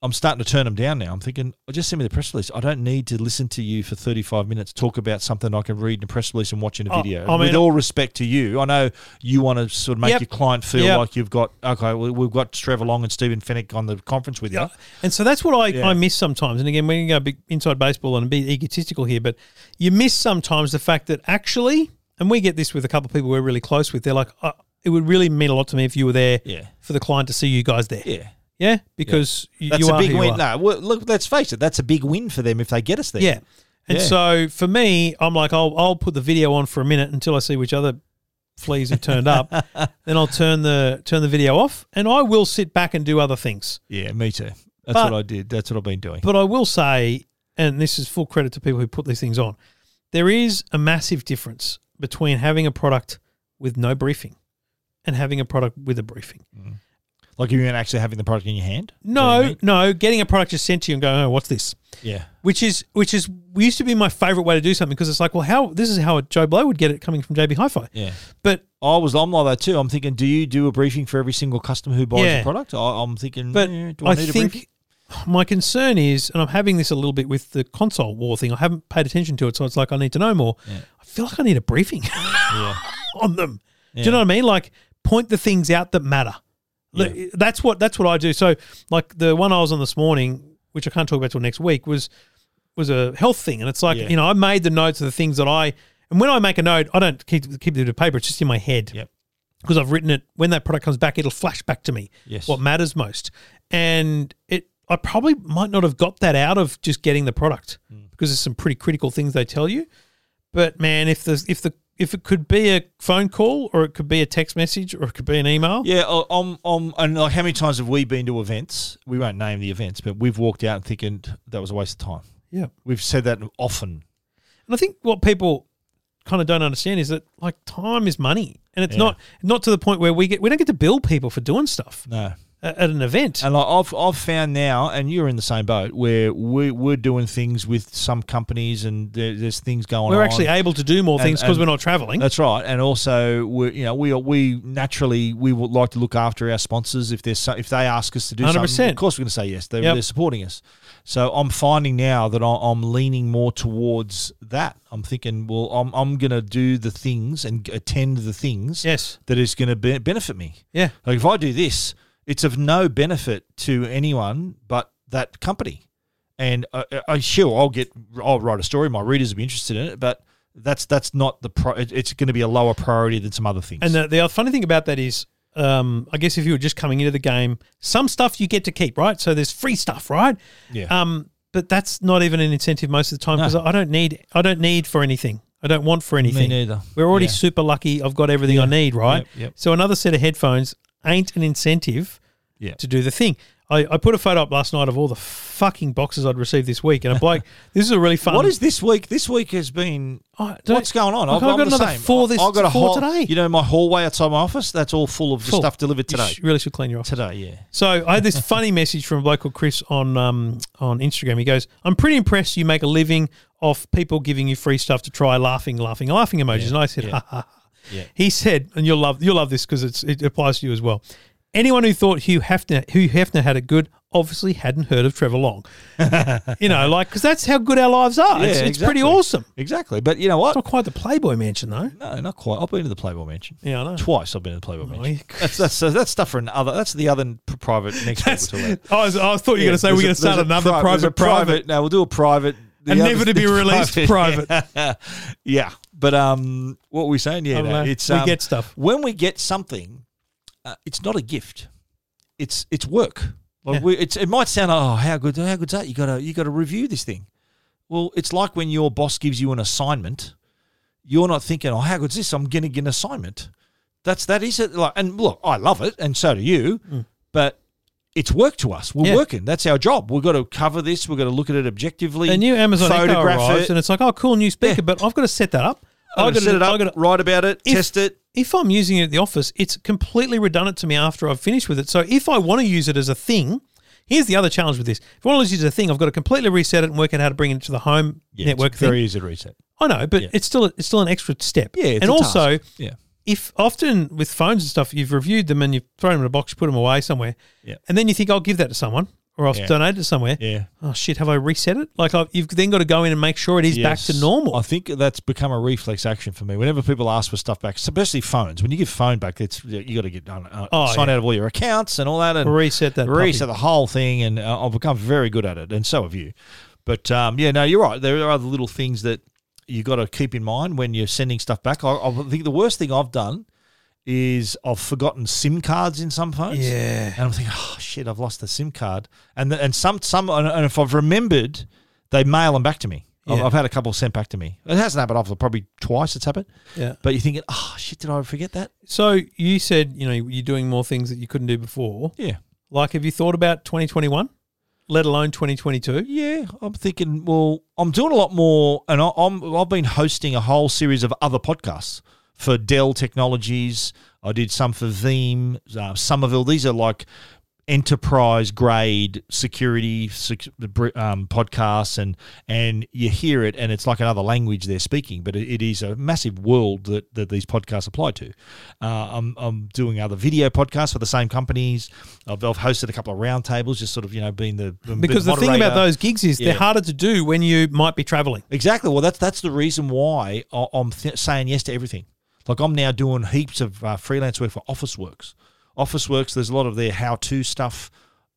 [SPEAKER 2] I'm starting to turn them down now. I'm thinking, oh, just send me the press release. I don't need to listen to you for 35 minutes talk about something I can read in a press release and watch in a
[SPEAKER 1] Oh,
[SPEAKER 2] video.
[SPEAKER 1] I mean-
[SPEAKER 2] With all respect to you, I know you want to sort of make
[SPEAKER 1] Yep.
[SPEAKER 2] your client feel
[SPEAKER 1] Yep.
[SPEAKER 2] like you've got okay. Well, we've got Trevor Long and Stephen Fennick on the conference with you.
[SPEAKER 1] Yeah. And so that's what I,
[SPEAKER 2] Yeah.
[SPEAKER 1] I miss sometimes. And again, we're going to go big inside baseball and be egotistical here, but you miss sometimes the fact that actually, and we get this with a couple of people we're really close with, they're like, oh, it would really mean a lot to me if you were there
[SPEAKER 2] Yeah,
[SPEAKER 1] for the client to see you guys there. Yeah,
[SPEAKER 2] yeah.
[SPEAKER 1] because you-
[SPEAKER 2] That's
[SPEAKER 1] you
[SPEAKER 2] a
[SPEAKER 1] are
[SPEAKER 2] big
[SPEAKER 1] who you
[SPEAKER 2] win.
[SPEAKER 1] are.
[SPEAKER 2] No, well, look, let's face it. That's a big win for them if they get us there.
[SPEAKER 1] Yeah. And
[SPEAKER 2] Yeah.
[SPEAKER 1] so for me, I'm like, I'll, I'll put the video on for a minute until I see which other fleas have turned up. Then I'll turn the turn the video off, and I will sit back and do other things.
[SPEAKER 2] Yeah, me too. That's
[SPEAKER 1] But-
[SPEAKER 2] what I did. That's what I've been doing.
[SPEAKER 1] But I will say, and this is full credit to people who put these things on, there is a massive difference between having a product with no briefing and having a product with a briefing.
[SPEAKER 2] Like you're actually having the product in your hand.
[SPEAKER 1] No,
[SPEAKER 2] you mean?
[SPEAKER 1] no, getting a product just sent to you and going, oh, what's this?
[SPEAKER 2] Yeah.
[SPEAKER 1] Which is which is used to be my favorite way to do something because it's like, well, how this is how Joe Blow would get it coming from JB Hi-Fi.
[SPEAKER 2] Yeah.
[SPEAKER 1] But
[SPEAKER 2] I was I'm like that too. I'm thinking, do you do a briefing for every single customer who buys
[SPEAKER 1] Yeah.
[SPEAKER 2] a product? I, I'm thinking,
[SPEAKER 1] But
[SPEAKER 2] eh, do I,
[SPEAKER 1] I,
[SPEAKER 2] need a briefing?
[SPEAKER 1] think my concern is, and I'm having this a little bit with the console war thing. I haven't paid attention to it, so it's like I need to know more.
[SPEAKER 2] Yeah.
[SPEAKER 1] I feel like I need a briefing
[SPEAKER 2] Yeah.
[SPEAKER 1] on them. Do
[SPEAKER 2] Yeah.
[SPEAKER 1] you know what I mean? Like point the things out that matter. Like, That's what that's what I do. So like the one I was on this morning, which I can't talk about till next week, was was a health thing, and it's like
[SPEAKER 2] Yeah.
[SPEAKER 1] you know I made the notes of the things that I. And when I make a note, I don't keep keep it to paper. It's just in my head
[SPEAKER 2] Yep.
[SPEAKER 1] because I've written it. When that product comes back, it'll flash back to me
[SPEAKER 2] Yes.
[SPEAKER 1] what matters most. And it, I probably might not have got that out of just getting the product
[SPEAKER 2] Mm.
[SPEAKER 1] because there's some pretty critical things they tell you. But man, if the if the if it could be a phone call or it could be a text message or it could be an email,
[SPEAKER 2] Yeah, I- I'm, I'm, and like how many times have we been to events? We won't name the events, but we've walked out and thinking that was a waste of time.
[SPEAKER 1] yeah.
[SPEAKER 2] We've said that often.
[SPEAKER 1] And I think what people kind of don't understand is that like time is money, and it's
[SPEAKER 2] Yeah.
[SPEAKER 1] not not to the point where we get we don't get to bill people for doing stuff
[SPEAKER 2] No,
[SPEAKER 1] a- at an event.
[SPEAKER 2] and like I've, I've found now, and you're in the same boat where we, we're doing things with some companies, and there, there's things going.
[SPEAKER 1] We're
[SPEAKER 2] on.
[SPEAKER 1] actually able to do more
[SPEAKER 2] And-
[SPEAKER 1] things because
[SPEAKER 2] and-
[SPEAKER 1] we're not traveling.
[SPEAKER 2] That's right, and also we, you know, we we naturally we would like to look after our sponsors if there's so, if they ask us to do something.
[SPEAKER 1] 100%.
[SPEAKER 2] Of course, we're going to say yes. They're,
[SPEAKER 1] Yep.
[SPEAKER 2] they're supporting us, so I'm finding now that I- I'm leaning more towards that. I'm thinking, well, I'm I'm going to do the things and g- attend the things
[SPEAKER 1] Yes.
[SPEAKER 2] that is going to be- benefit me.
[SPEAKER 1] Yeah.
[SPEAKER 2] Like if I do this, it's of no benefit to anyone but that company. And uh, I sure I'll get I'll write a story. My readers will be interested in it, but that's that's not the pro. it- It's going to be a lower priority than some other things.
[SPEAKER 1] And the, the other funny thing about that is, um, I guess if you were just coming into the game, some stuff you get to keep, right? So there's free stuff, right?
[SPEAKER 2] yeah,
[SPEAKER 1] Um, but that's not even an incentive most of the time
[SPEAKER 2] No.
[SPEAKER 1] because I don't need I don't need for anything. I don't want for
[SPEAKER 2] me
[SPEAKER 1] anything.
[SPEAKER 2] neither.
[SPEAKER 1] We're already
[SPEAKER 2] Yeah.
[SPEAKER 1] super lucky. I've got everything I need, right?
[SPEAKER 2] Yep, yep.
[SPEAKER 1] So another set of headphones ain't an incentive
[SPEAKER 2] Yeah.
[SPEAKER 1] to do the thing. I, I put a photo up last night of all the fucking boxes I'd received this week, and I'm like, this is a really fun.
[SPEAKER 2] What is this week? This week has been
[SPEAKER 1] I don't-
[SPEAKER 2] what's going on?
[SPEAKER 1] I've
[SPEAKER 2] I've
[SPEAKER 1] got
[SPEAKER 2] I'm the
[SPEAKER 1] another
[SPEAKER 2] same.
[SPEAKER 1] four this-
[SPEAKER 2] I've got a
[SPEAKER 1] four
[SPEAKER 2] whole-
[SPEAKER 1] today.
[SPEAKER 2] You know, my hallway outside my office that's all full of the
[SPEAKER 1] Full.
[SPEAKER 2] stuff delivered
[SPEAKER 1] You
[SPEAKER 2] today.
[SPEAKER 1] sh- really should clean your office.
[SPEAKER 2] today, yeah.
[SPEAKER 1] So I had this funny message from a bloke called Chris on um, on Instagram. He goes, "I'm pretty impressed you make a living off people giving you free stuff to try, laughing, laughing, laughing emojis." and I said,
[SPEAKER 2] yeah.
[SPEAKER 1] "Ha ha." ha."
[SPEAKER 2] Yeah.
[SPEAKER 1] He said, and you'll love you'll love this because it's it applies to you as well. Anyone who thought Hugh Hefner Hugh Hefner had it good obviously hadn't heard of Trevor Long. you know, like because that's how good our lives are. it's
[SPEAKER 2] Yeah,
[SPEAKER 1] it's pretty
[SPEAKER 2] exactly.
[SPEAKER 1] awesome.
[SPEAKER 2] Exactly, but you know what?
[SPEAKER 1] Not quite the Playboy Mansion though.
[SPEAKER 2] No, not quite. I've been to the Playboy Mansion.
[SPEAKER 1] Yeah, I know.
[SPEAKER 2] Twice I've been to the Playboy
[SPEAKER 1] Oh,
[SPEAKER 2] Mansion.
[SPEAKER 1] yeah.
[SPEAKER 2] That's, that's that's stuff for another. That's the other p- private next week. We'll talk about.
[SPEAKER 1] I, was, I thought you were going to say we're going to start another private private.
[SPEAKER 2] Now we'll do a private. the
[SPEAKER 1] And
[SPEAKER 2] other-
[SPEAKER 1] never to be released
[SPEAKER 2] yeah, but um, what were we saying? Yeah,
[SPEAKER 1] I don't
[SPEAKER 2] no,
[SPEAKER 1] know.
[SPEAKER 2] it's
[SPEAKER 1] We
[SPEAKER 2] um,
[SPEAKER 1] get stuff.
[SPEAKER 2] when we get something. Uh, it's not a gift. It's it's work. Like
[SPEAKER 1] Yeah.
[SPEAKER 2] we, it's, it might sound oh how good how good's that you gotta you gotta review this thing. Well, it's like when your boss gives you an assignment, you're not thinking, "Oh, how good's this? I'm going to get an assignment." That's that is it. Like, and look, I love it, and so do you. But it's work to us. We're
[SPEAKER 1] Mm. Yeah.
[SPEAKER 2] working. That's our job. We've got to cover this. We've got to look at it objectively.
[SPEAKER 1] A new Amazon Echo
[SPEAKER 2] photograph
[SPEAKER 1] arrives,
[SPEAKER 2] it.
[SPEAKER 1] and it's like, oh, cool new speaker, but I've got to set that up.
[SPEAKER 2] I've got to set it up.
[SPEAKER 1] I've got to,
[SPEAKER 2] write about it.
[SPEAKER 1] If-
[SPEAKER 2] test it.
[SPEAKER 1] if I'm using it at the office, it's completely redundant to me after I've finished with it. So if I want to use it as a thing, here's the other challenge with this: if I want to use it as a thing, I've got to completely reset it and work out how to bring it to the home network
[SPEAKER 2] it's
[SPEAKER 1] thing.
[SPEAKER 2] very easy to reset.
[SPEAKER 1] I know, but
[SPEAKER 2] Yeah.
[SPEAKER 1] it's still it's still an extra step.
[SPEAKER 2] Yeah, it's
[SPEAKER 1] and
[SPEAKER 2] a
[SPEAKER 1] also
[SPEAKER 2] task. yeah,
[SPEAKER 1] if often with phones and stuff, you've reviewed them and you've thrown them in a box, you put them away somewhere,
[SPEAKER 2] Yeah.
[SPEAKER 1] and then you think I'll give that to someone or I'll
[SPEAKER 2] Yeah.
[SPEAKER 1] donate it to somewhere.
[SPEAKER 2] yeah.
[SPEAKER 1] Oh shit, have I reset it? Like I've, you've then got to go in and make sure it is back to
[SPEAKER 2] Yes.
[SPEAKER 1] normal.
[SPEAKER 2] I think that's become a reflex action for me. Whenever people ask for stuff back, especially phones, when you give phone back, it's you got to get done, uh,
[SPEAKER 1] Oh,
[SPEAKER 2] sign
[SPEAKER 1] yeah.
[SPEAKER 2] out of all your accounts and all that, and
[SPEAKER 1] reset that. puppy.
[SPEAKER 2] reset the whole thing. And uh, I've become very good at it, and so have you. But um, yeah, no, you're right. There are other little things that you got to keep in mind when you're sending stuff back. I, I think the worst thing I've done is I've forgotten SIM cards in some phones.
[SPEAKER 1] Yeah.
[SPEAKER 2] And I'm thinking, oh shit, I've lost the SIM card. And the, and some some and- and if I've remembered, they mail them back to me. I've,
[SPEAKER 1] Yeah.
[SPEAKER 2] I've had a couple sent back to me. It hasn't happened often, probably twice. It's happened.
[SPEAKER 1] Yeah.
[SPEAKER 2] But you're thinking, oh shit, did I forget that?
[SPEAKER 1] So you said you know you're doing more things that you couldn't do before.
[SPEAKER 2] Yeah.
[SPEAKER 1] Like, have you thought about 2021? let alone 2022.
[SPEAKER 2] Yeah, I'm thinking. Well, I'm doing a lot more, and I, I'm I've been hosting a whole series of other podcasts for Dell Technologies. I did some for Veeam, uh, Somerville. These are like enterprise grade security sec- um, podcasts, and and you hear it, and it's like another language they're speaking. But it, it is a massive world that, that these podcasts apply to. Uh, I'm I'm doing other video podcasts for the same companies. I've, I've hosted a couple of roundtables, just sort of you know being the being
[SPEAKER 1] Because the thing about
[SPEAKER 2] moderator.
[SPEAKER 1] those gigs is they're
[SPEAKER 2] Yeah.
[SPEAKER 1] harder to do when you might be traveling.
[SPEAKER 2] Exactly. Well, that's that's the reason why I- I'm th- saying yes to everything. Like I'm now doing heaps of uh, freelance work for Officeworks. Officeworks, there's a lot of their how-to stuff.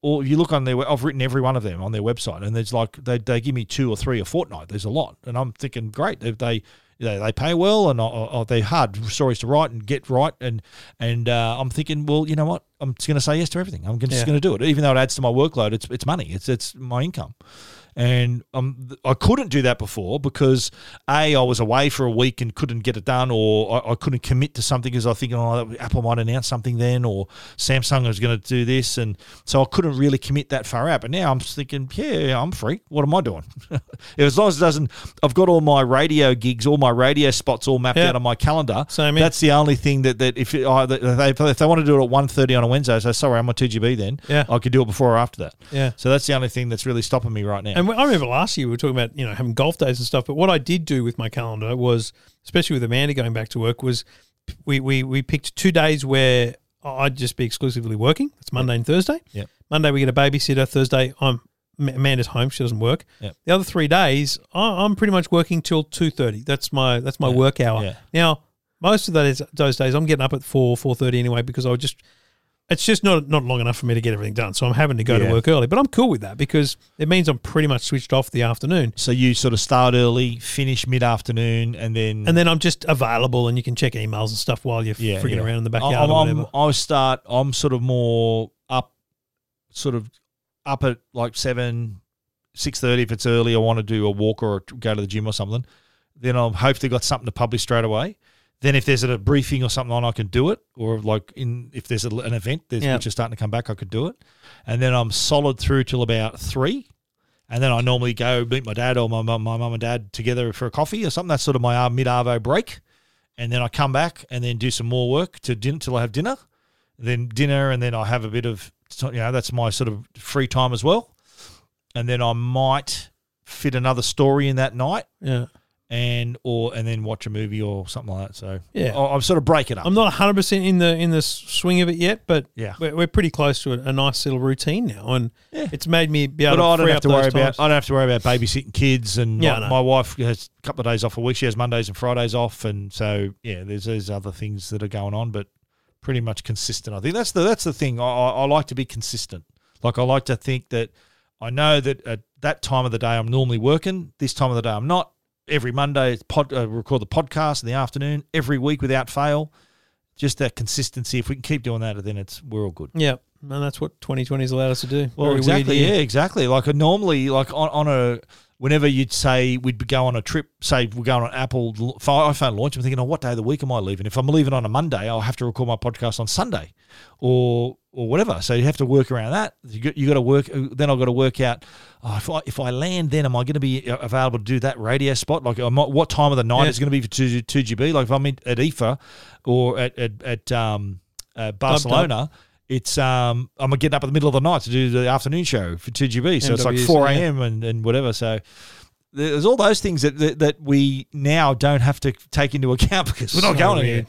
[SPEAKER 2] Or if you look on their, we- I've written every one of them on their website, and there's like they, they give me two or three a fortnight. There's a lot, and I'm thinking, great, they they they, they pay well, and I, I, I- they're hard stories to write and get right, and and uh, I'm thinking, well, you know what, I'm just going to say yes to everything. I'm just
[SPEAKER 1] Yeah.
[SPEAKER 2] going to do it, even though it adds to my workload. It's it's money. It's it's my income and um, th- I couldn't do that before because a I was away for a week and couldn't get it done, or I, I couldn't commit to something because I think oh that- Apple might announce something then, or Samsung is going to do this, and so I couldn't really commit that far out. But now I'm just thinking, yeah, I'm free. What am I doing? as long as it doesn't, I've got all my radio gigs, all my radio spots all mapped
[SPEAKER 1] Yeah.
[SPEAKER 2] out on my calendar.
[SPEAKER 1] Same here.
[SPEAKER 2] That's the only thing that that if, it, I, that they, if they want to do it at 1.30 on a Wednesday, I say sorry, I'm on two GB then.
[SPEAKER 1] Yeah.
[SPEAKER 2] I could do it before or after that.
[SPEAKER 1] Yeah.
[SPEAKER 2] So that's the only thing that's really stopping me right now.
[SPEAKER 1] And I remember last year we were talking about you know having golf days and stuff. But what I did do with my calendar was, especially with Amanda going back to work, was we we, we picked two days where I'd just be exclusively working. It's Monday and Thursday.
[SPEAKER 2] Yep.
[SPEAKER 1] Monday we get a babysitter. Thursday I'm M- Amanda's home. She doesn't work.
[SPEAKER 2] Yep.
[SPEAKER 1] The other three days I, I'm pretty much working till two thirty. That's my that's my work hour.
[SPEAKER 2] Yeah.
[SPEAKER 1] Now most of those those days I'm getting up at four four thirty anyway because I just it's just not not long enough for me to get everything done. So I'm having to go to
[SPEAKER 2] Yeah.
[SPEAKER 1] work early, but I'm cool with that because it means I'm pretty much switched off the afternoon,
[SPEAKER 2] So you sort of start early, finish mid afternoon, and then
[SPEAKER 1] and then I'm just available, and you can check emails and stuff while you're
[SPEAKER 2] yeah,
[SPEAKER 1] freaking
[SPEAKER 2] yeah.
[SPEAKER 1] around in the
[SPEAKER 2] I-
[SPEAKER 1] backyard
[SPEAKER 2] I'm,
[SPEAKER 1] or
[SPEAKER 2] I'm,
[SPEAKER 1] whatever.
[SPEAKER 2] I start. I'm sort of more up, sort of up at like seven, six thirty if it's early. I want to do a walk or go to the gym or something. Then I'll hopefully got something to publish straight away. Then if there's a briefing or something on, I can do it. Or like in if there's a, an event there's,
[SPEAKER 1] Yeah.
[SPEAKER 2] which is starting to come back, I could do it. And then I'm solid through till about three. And then I normally go meet my dad or my mum, my mum and dad together for a coffee or something. That's sort of my uh, mid arvo break. And then I come back and then do some more work to dinner till I have dinner. Then dinner and then I have a bit of so, you know that's my sort of free time as well. And then I might fit another story in that night
[SPEAKER 1] Yeah,
[SPEAKER 2] and or and then watch a movie or something like that. So
[SPEAKER 1] Yeah.
[SPEAKER 2] I, I'm sort of breaking up.
[SPEAKER 1] I'm not 100 percent in the in the s- swing of it yet, but
[SPEAKER 2] Yeah.
[SPEAKER 1] we're, we're pretty close to a, a nice little routine now, and
[SPEAKER 2] Yeah.
[SPEAKER 1] it's made me be able
[SPEAKER 2] but I
[SPEAKER 1] to
[SPEAKER 2] don't
[SPEAKER 1] free
[SPEAKER 2] have
[SPEAKER 1] up
[SPEAKER 2] to worry
[SPEAKER 1] those
[SPEAKER 2] about
[SPEAKER 1] times.
[SPEAKER 2] I don't have to worry about babysitting kids and
[SPEAKER 1] Yeah, I
[SPEAKER 2] my,
[SPEAKER 1] know.
[SPEAKER 2] my wife has a couple of days off a week. She has Mondays and Fridays off, and so yeah, there's there's other things that are going on, but pretty much consistent. I think that's the that's the thing. I, I, I like to be consistent. Like I like to think that I know that at that time of the day I'm normally working. This time of the day I'm not. Every Monday it's pod, uh, record the podcast in the afternoon every week without fail. Just that consistency. If we can keep doing that, then it's we're all good.
[SPEAKER 1] Yeah, and that's what 2020 has allowed us to do.
[SPEAKER 2] Well,
[SPEAKER 1] Very weird
[SPEAKER 2] exactly.
[SPEAKER 1] year.
[SPEAKER 2] Yeah, exactly. Like uh, normally, like on, on a whenever you'd say we'd be- go on a trip, say we're going on Apple l- fi- iPhone launch, I'm thinking, oh, what day of the week am I leaving? If I'm leaving on a Monday, I'll have to record my podcast on Sunday, or or whatever. So you have to work around that. You got, you got to work. uh, Then I've got to work out oh, if I if I land, then am I going to be uh, available to do that radio spot? Like, am I, what time of the night
[SPEAKER 1] Yeah.
[SPEAKER 2] is going to be for two two GB? Like, if I'm in, at IFA or at at, at um, uh, Barcelona. It's um I'm getting up in the middle of the night to do the afternoon show for 2GB, so it's like
[SPEAKER 1] MWC,
[SPEAKER 2] 4
[SPEAKER 1] yeah.
[SPEAKER 2] a.m. And, and whatever. So there's all those things that, that that we now don't have to take into account because we're not
[SPEAKER 1] So
[SPEAKER 2] going
[SPEAKER 1] weird.
[SPEAKER 2] anywhere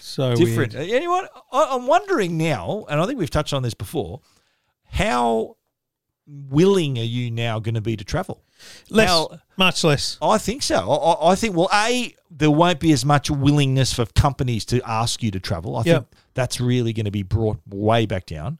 [SPEAKER 1] So
[SPEAKER 2] different.
[SPEAKER 1] Weird.
[SPEAKER 2] Anyone? I, I'm wondering now, and I think we've touched on this before. How willing are you now going to be to travel?
[SPEAKER 1] Less,
[SPEAKER 2] Now-
[SPEAKER 1] much less.
[SPEAKER 2] I think so. I, I- I think well, a there won't be as much willingness for companies to ask you to travel. I think
[SPEAKER 1] Yep.
[SPEAKER 2] that's really going to be brought way back down.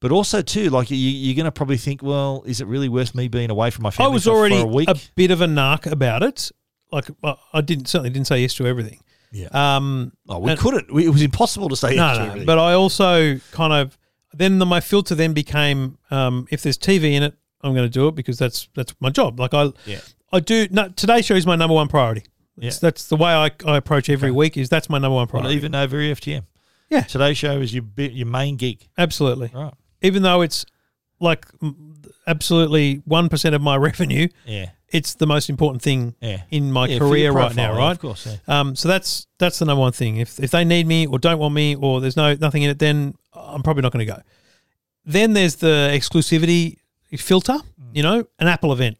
[SPEAKER 2] But also too, like you, you're going to probably think, well, is it really worth me being away from my
[SPEAKER 1] I
[SPEAKER 2] family
[SPEAKER 1] was
[SPEAKER 2] for, for
[SPEAKER 1] already
[SPEAKER 2] a week?
[SPEAKER 1] a bit of a narc about it. Like I- I didn't certainly didn't say yes to everything.
[SPEAKER 2] Yeah.
[SPEAKER 1] Um.
[SPEAKER 2] oh, we
[SPEAKER 1] and-
[SPEAKER 2] couldn't. We, it was impossible to say. yes
[SPEAKER 1] no,
[SPEAKER 2] to
[SPEAKER 1] no.
[SPEAKER 2] everything.
[SPEAKER 1] But I also kind of then the, my filter then became um, if there's TV in it, I'm going to do it because that's that's my job. Like I
[SPEAKER 2] Yeah.
[SPEAKER 1] I do. No, today's show is my number one priority. That's, that's the way I, I approach every week. Is that's my number one
[SPEAKER 2] Well, e-
[SPEAKER 1] priority.
[SPEAKER 2] even over EFTM.
[SPEAKER 1] Yeah.
[SPEAKER 2] Today's show is your bi- your main gig.
[SPEAKER 1] Absolutely.
[SPEAKER 2] Right.
[SPEAKER 1] Even though it's like mm, absolutely 1% of my revenue,
[SPEAKER 2] Yeah.
[SPEAKER 1] it's the most important thing
[SPEAKER 2] Yeah.
[SPEAKER 1] in my
[SPEAKER 2] Yeah, for your
[SPEAKER 1] career right
[SPEAKER 2] profile,
[SPEAKER 1] now,
[SPEAKER 2] yeah,
[SPEAKER 1] right?
[SPEAKER 2] Of course. Yeah.
[SPEAKER 1] Um, so that's that's the number one thing. If if they need me or don't want me or there's no nothing in it, then I'm probably not going to go. Then there's the exclusivity filter.
[SPEAKER 2] Mm.
[SPEAKER 1] You know, an Apple event.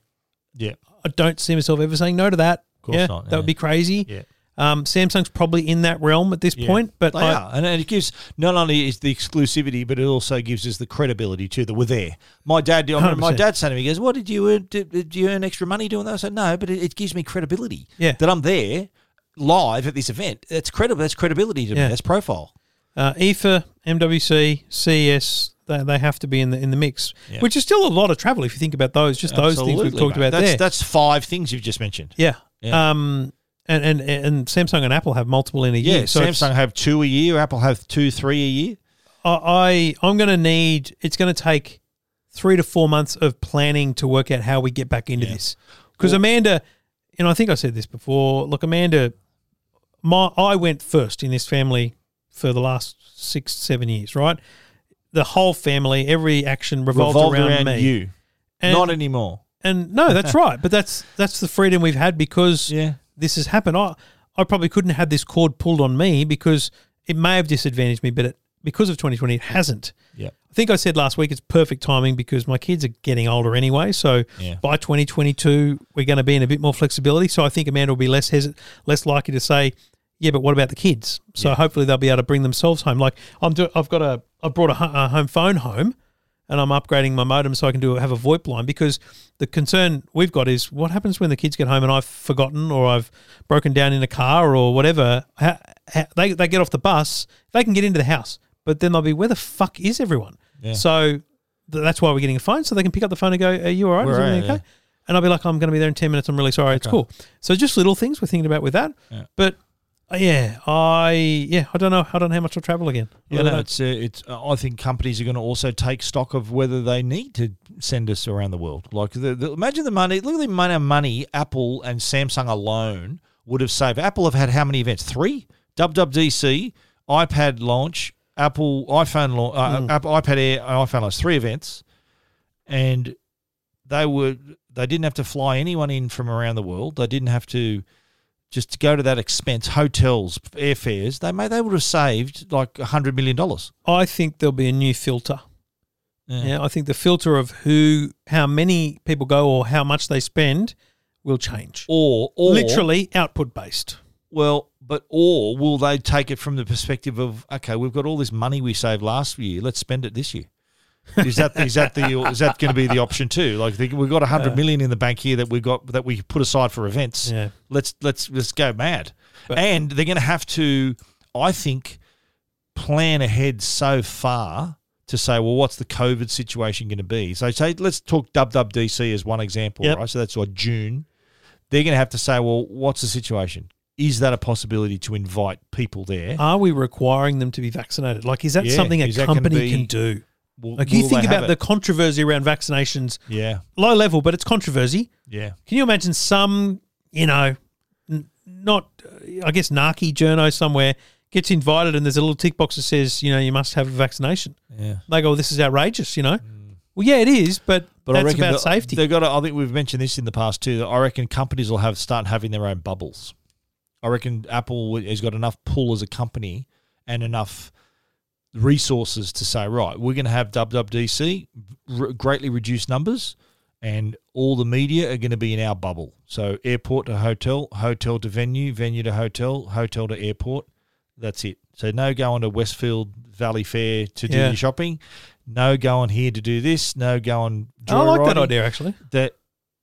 [SPEAKER 2] Yeah.
[SPEAKER 1] I don't see myself ever saying no to that. Of
[SPEAKER 2] course
[SPEAKER 1] yeah,
[SPEAKER 2] not,
[SPEAKER 1] That
[SPEAKER 2] yeah.
[SPEAKER 1] would be crazy.
[SPEAKER 2] Yeah.
[SPEAKER 1] Um, Samsung's probably in that realm at this
[SPEAKER 2] Yeah.
[SPEAKER 1] point, but
[SPEAKER 2] They
[SPEAKER 1] I,
[SPEAKER 2] are. And, and it gives not only is the exclusivity, but it also gives us the credibility too that we're there. My dad, I remember my
[SPEAKER 1] 100%.
[SPEAKER 2] dad said to me, he goes, What did you earn? Did, did you earn extra money doing that? I said, No, but it, it gives me credibility
[SPEAKER 1] Yeah.
[SPEAKER 2] that I'm there live at this event. That's credible. That's credibility to
[SPEAKER 1] Yeah.
[SPEAKER 2] me. That's profile.
[SPEAKER 1] uh, EFA, MWC, CES, E they, they have to be in the in the mix,
[SPEAKER 2] Yeah.
[SPEAKER 1] which is still a lot of travel if you think about those. Just those things we've
[SPEAKER 2] Absolutely,
[SPEAKER 1] talked
[SPEAKER 2] mate.
[SPEAKER 1] about
[SPEAKER 2] That's,
[SPEAKER 1] there.
[SPEAKER 2] That's five things you've just mentioned.
[SPEAKER 1] yeah.
[SPEAKER 2] Yeah.
[SPEAKER 1] Um, and, and and Samsung and Apple have multiple in a
[SPEAKER 2] Yeah,
[SPEAKER 1] year. so it's-
[SPEAKER 2] Samsung have two a year. Apple have two, three a year.
[SPEAKER 1] I I- I'm going to need. It's going to take three to four months of planning to work out how we get back into
[SPEAKER 2] Yeah.
[SPEAKER 1] this. Because
[SPEAKER 2] Well-
[SPEAKER 1] Amanda, and I think I said this before. Look, Amanda, my I went first in this family for the last six seven years. Right, the whole family, every action revolved,
[SPEAKER 2] Revolved
[SPEAKER 1] around,
[SPEAKER 2] around,
[SPEAKER 1] me.
[SPEAKER 2] you.
[SPEAKER 1] And,
[SPEAKER 2] Not anymore.
[SPEAKER 1] and no, that's right. But that's that's the freedom we've had because
[SPEAKER 2] Yeah.
[SPEAKER 1] this has happened. I, I probably couldn't have this cord pulled on me because it may have disadvantaged me, but it, because of 2020, it hasn't.
[SPEAKER 2] Yeah.
[SPEAKER 1] I think I said last week it's perfect timing because my kids are getting older anyway. So
[SPEAKER 2] Yeah.
[SPEAKER 1] by 2022, we're going to be in a bit more flexibility. So I think Amanda will be less hesit- less likely to say, "Yeah, but what about the kids?" So hopefully they'll be able to bring themselves home. Like I'm, do- I've got a, I brought a, hu- a home phone home, and I'm upgrading my modem so I can do have a VoIP line because the concern we've got is what happens when the kids get home and I've forgotten or I've broken down in a car or whatever. Ha- ha- they they get off the bus, they can get into the house, but then they'll be where the fuck is everyone?
[SPEAKER 2] Yeah.
[SPEAKER 1] So th- that's why we're getting a phone so they can pick up the phone and go, "Are you all right? Is
[SPEAKER 2] We're all
[SPEAKER 1] everything
[SPEAKER 2] right,
[SPEAKER 1] okay?" And I'll be like, "I'm going to be there in ten minutes. I'm really sorry. It's cool." So just little things we're thinking about with that.
[SPEAKER 2] Yeah.
[SPEAKER 1] But uh, yeah, I yeah I don't know. I don't know how much I'll travel again. I
[SPEAKER 2] Yeah,
[SPEAKER 1] don't
[SPEAKER 2] no,
[SPEAKER 1] know.
[SPEAKER 2] it's uh, it's. uh, I think companies are going to also take stock of whether they need to send us around the world. Like, the, the, imagine the money. Look at the amount of money Apple and Samsung alone would have saved. Apple have had how many events? Three. WWDC, iPad launch, Apple iPhone launch, uh, Apple, iPad Air, and iPhone launch. Three events, and they were they didn't have to fly anyone in from around the world. They didn't have to just to go to that expense, hotels, airfares, they may they would have saved like a hundred million dollars.
[SPEAKER 1] I think there'll be a new filter. Yeah, I think the filter of who, how many people go or how much they spend will change.
[SPEAKER 2] Or or
[SPEAKER 1] Literally output based.
[SPEAKER 2] well, but or will they take it from the perspective of okay, we've got all this money we saved last year, let's spend it this year. Is that is that the is that going to be the option too? Like the, we've got a hundred million in the bank here that we got that we put aside for events.
[SPEAKER 1] Yeah.
[SPEAKER 2] let's let's let's go mad. and they're going to have to, I think, plan ahead so far to say, well, what's the COVID situation going to be? So say, let's talk WWDC as one example,
[SPEAKER 1] Yep.
[SPEAKER 2] right? So that's like June. They're going to have to say, well, what's the situation? Is that a possibility to invite people there?
[SPEAKER 1] Are we requiring them to be vaccinated? Like, is that
[SPEAKER 2] Yeah,
[SPEAKER 1] something a
[SPEAKER 2] is that gonna
[SPEAKER 1] company
[SPEAKER 2] be-
[SPEAKER 1] can do?
[SPEAKER 2] Will-
[SPEAKER 1] Like, you
[SPEAKER 2] will
[SPEAKER 1] think
[SPEAKER 2] they have
[SPEAKER 1] about the
[SPEAKER 2] it?
[SPEAKER 1] controversy around vaccinations,
[SPEAKER 2] yeah,
[SPEAKER 1] low level, but it's controversy.
[SPEAKER 2] yeah,
[SPEAKER 1] Can you imagine some, you know, n- not, uh, I guess, narky journo somewhere gets invited and there's a little tick box that says, you know, you must have a vaccination?
[SPEAKER 2] yeah.
[SPEAKER 1] They go, well, this is outrageous, you know? Well, yeah, it is, but,
[SPEAKER 2] Mm. But I
[SPEAKER 1] that's
[SPEAKER 2] reckon
[SPEAKER 1] about
[SPEAKER 2] that-
[SPEAKER 1] safety.
[SPEAKER 2] They've got. To, I think we've mentioned this in the past too. That I reckon companies will have start having their own bubbles. I reckon Apple has got enough pull as a company and enough resources to say, right, we're going to have WWDC, r- greatly reduced numbers, and all the media are going to be in our bubble. So airport to hotel, hotel to venue, venue to hotel, hotel to airport. That's it. So no going to Westfield Valley Fair to do
[SPEAKER 1] Yeah.
[SPEAKER 2] your shopping. No going here to do this. No going.
[SPEAKER 1] I like that
[SPEAKER 2] joyriding
[SPEAKER 1] idea actually.
[SPEAKER 2] that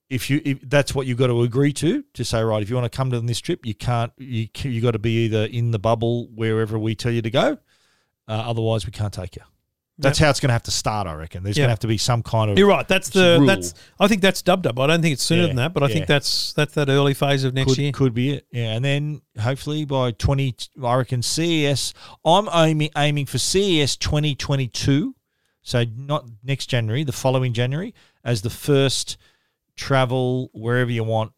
[SPEAKER 2] if you if that's what you've got to agree to to say right if you want to come to this trip you can't you ca- you got to be either in the bubble wherever we tell you to go uh, otherwise we can't take you that's how it's going to have to start i reckon there's going
[SPEAKER 1] Yeah.
[SPEAKER 2] to have to be some kind of
[SPEAKER 1] You're right. That's
[SPEAKER 2] a
[SPEAKER 1] the
[SPEAKER 2] rule.
[SPEAKER 1] that's. I think that's dub dub. I don't think it's sooner
[SPEAKER 2] Yeah,
[SPEAKER 1] than that, but I
[SPEAKER 2] yeah.
[SPEAKER 1] think that's that's that early phase of next
[SPEAKER 2] could,
[SPEAKER 1] year.
[SPEAKER 2] could be it yeah and then hopefully by 20 i reckon ces i'm aiming aiming for E ces 2022 so not next january the following january as the first travel wherever you want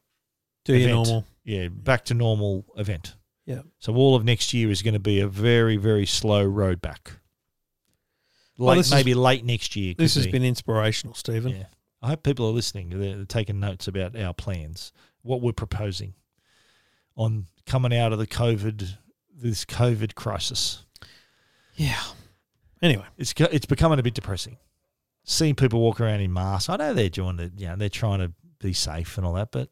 [SPEAKER 1] Do your
[SPEAKER 2] event.
[SPEAKER 1] normal.
[SPEAKER 2] yeah back to normal event
[SPEAKER 1] Yeah.
[SPEAKER 2] So all of next year is going to be a very, very slow road back.
[SPEAKER 1] Well,
[SPEAKER 2] Late,
[SPEAKER 1] this is-
[SPEAKER 2] maybe late next year. could
[SPEAKER 1] This has
[SPEAKER 2] be.
[SPEAKER 1] been inspirational, Stephen.
[SPEAKER 2] Yeah. I hope people are listening. They're, they're taking notes about our plans, what we're proposing on coming out of the COVID, this COVID crisis.
[SPEAKER 1] Yeah. Anyway,
[SPEAKER 2] It's co- it's becoming a bit depressing. Seeing people walk around in masks. I know they're doing it. You know, they're trying to be safe and all that, but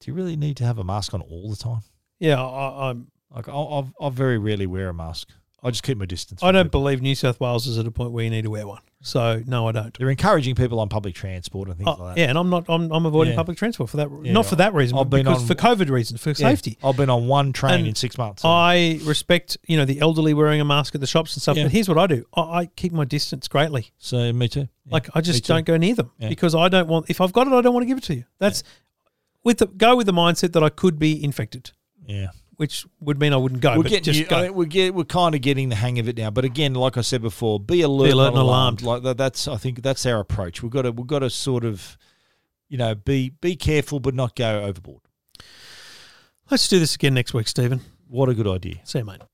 [SPEAKER 2] do you really need to have a mask on all the time?
[SPEAKER 1] yeah, I, I'm.
[SPEAKER 2] Like I, I've, I very rarely wear a mask. I just keep my distance.
[SPEAKER 1] I
[SPEAKER 2] from
[SPEAKER 1] don't
[SPEAKER 2] people.
[SPEAKER 1] believe New South Wales is at a point where you need to wear one. So no, I don't.
[SPEAKER 2] They're encouraging people on public transport and things
[SPEAKER 1] Oh,
[SPEAKER 2] like that.
[SPEAKER 1] yeah, and I'm not. I'm, I'm avoiding
[SPEAKER 2] Yeah.
[SPEAKER 1] public transport for that.
[SPEAKER 2] Yeah,
[SPEAKER 1] not for that reason.
[SPEAKER 2] I've been
[SPEAKER 1] because
[SPEAKER 2] on-
[SPEAKER 1] for COVID reasons, for safety.
[SPEAKER 2] I've been on one train
[SPEAKER 1] And
[SPEAKER 2] in six months.
[SPEAKER 1] I respect you know the elderly wearing a mask at the shops and stuff.
[SPEAKER 2] Yeah.
[SPEAKER 1] But here's what I do: I, I keep my distance greatly.
[SPEAKER 2] so me too. Yeah.
[SPEAKER 1] Like I
[SPEAKER 2] me
[SPEAKER 1] just
[SPEAKER 2] too.
[SPEAKER 1] don't go near them
[SPEAKER 2] Yeah.
[SPEAKER 1] because I don't want. If I've got it, I don't want to give it to you. That's with the go with the mindset that I could be infected,
[SPEAKER 2] yeah.
[SPEAKER 1] which would mean I wouldn't go.
[SPEAKER 2] we're
[SPEAKER 1] but
[SPEAKER 2] getting
[SPEAKER 1] just
[SPEAKER 2] you-
[SPEAKER 1] go.
[SPEAKER 2] I think we're get, we're kind of getting the hang of it now. But again, like I said before, be alert,
[SPEAKER 1] alert
[SPEAKER 2] not
[SPEAKER 1] and alarmed.
[SPEAKER 2] alarmed. Like that, that's I think that's our approach. We've got to we've got to sort of, you know, be be careful but not go overboard.
[SPEAKER 1] Let's do this again next week, Stephen.
[SPEAKER 2] What a good idea.
[SPEAKER 1] See you, mate.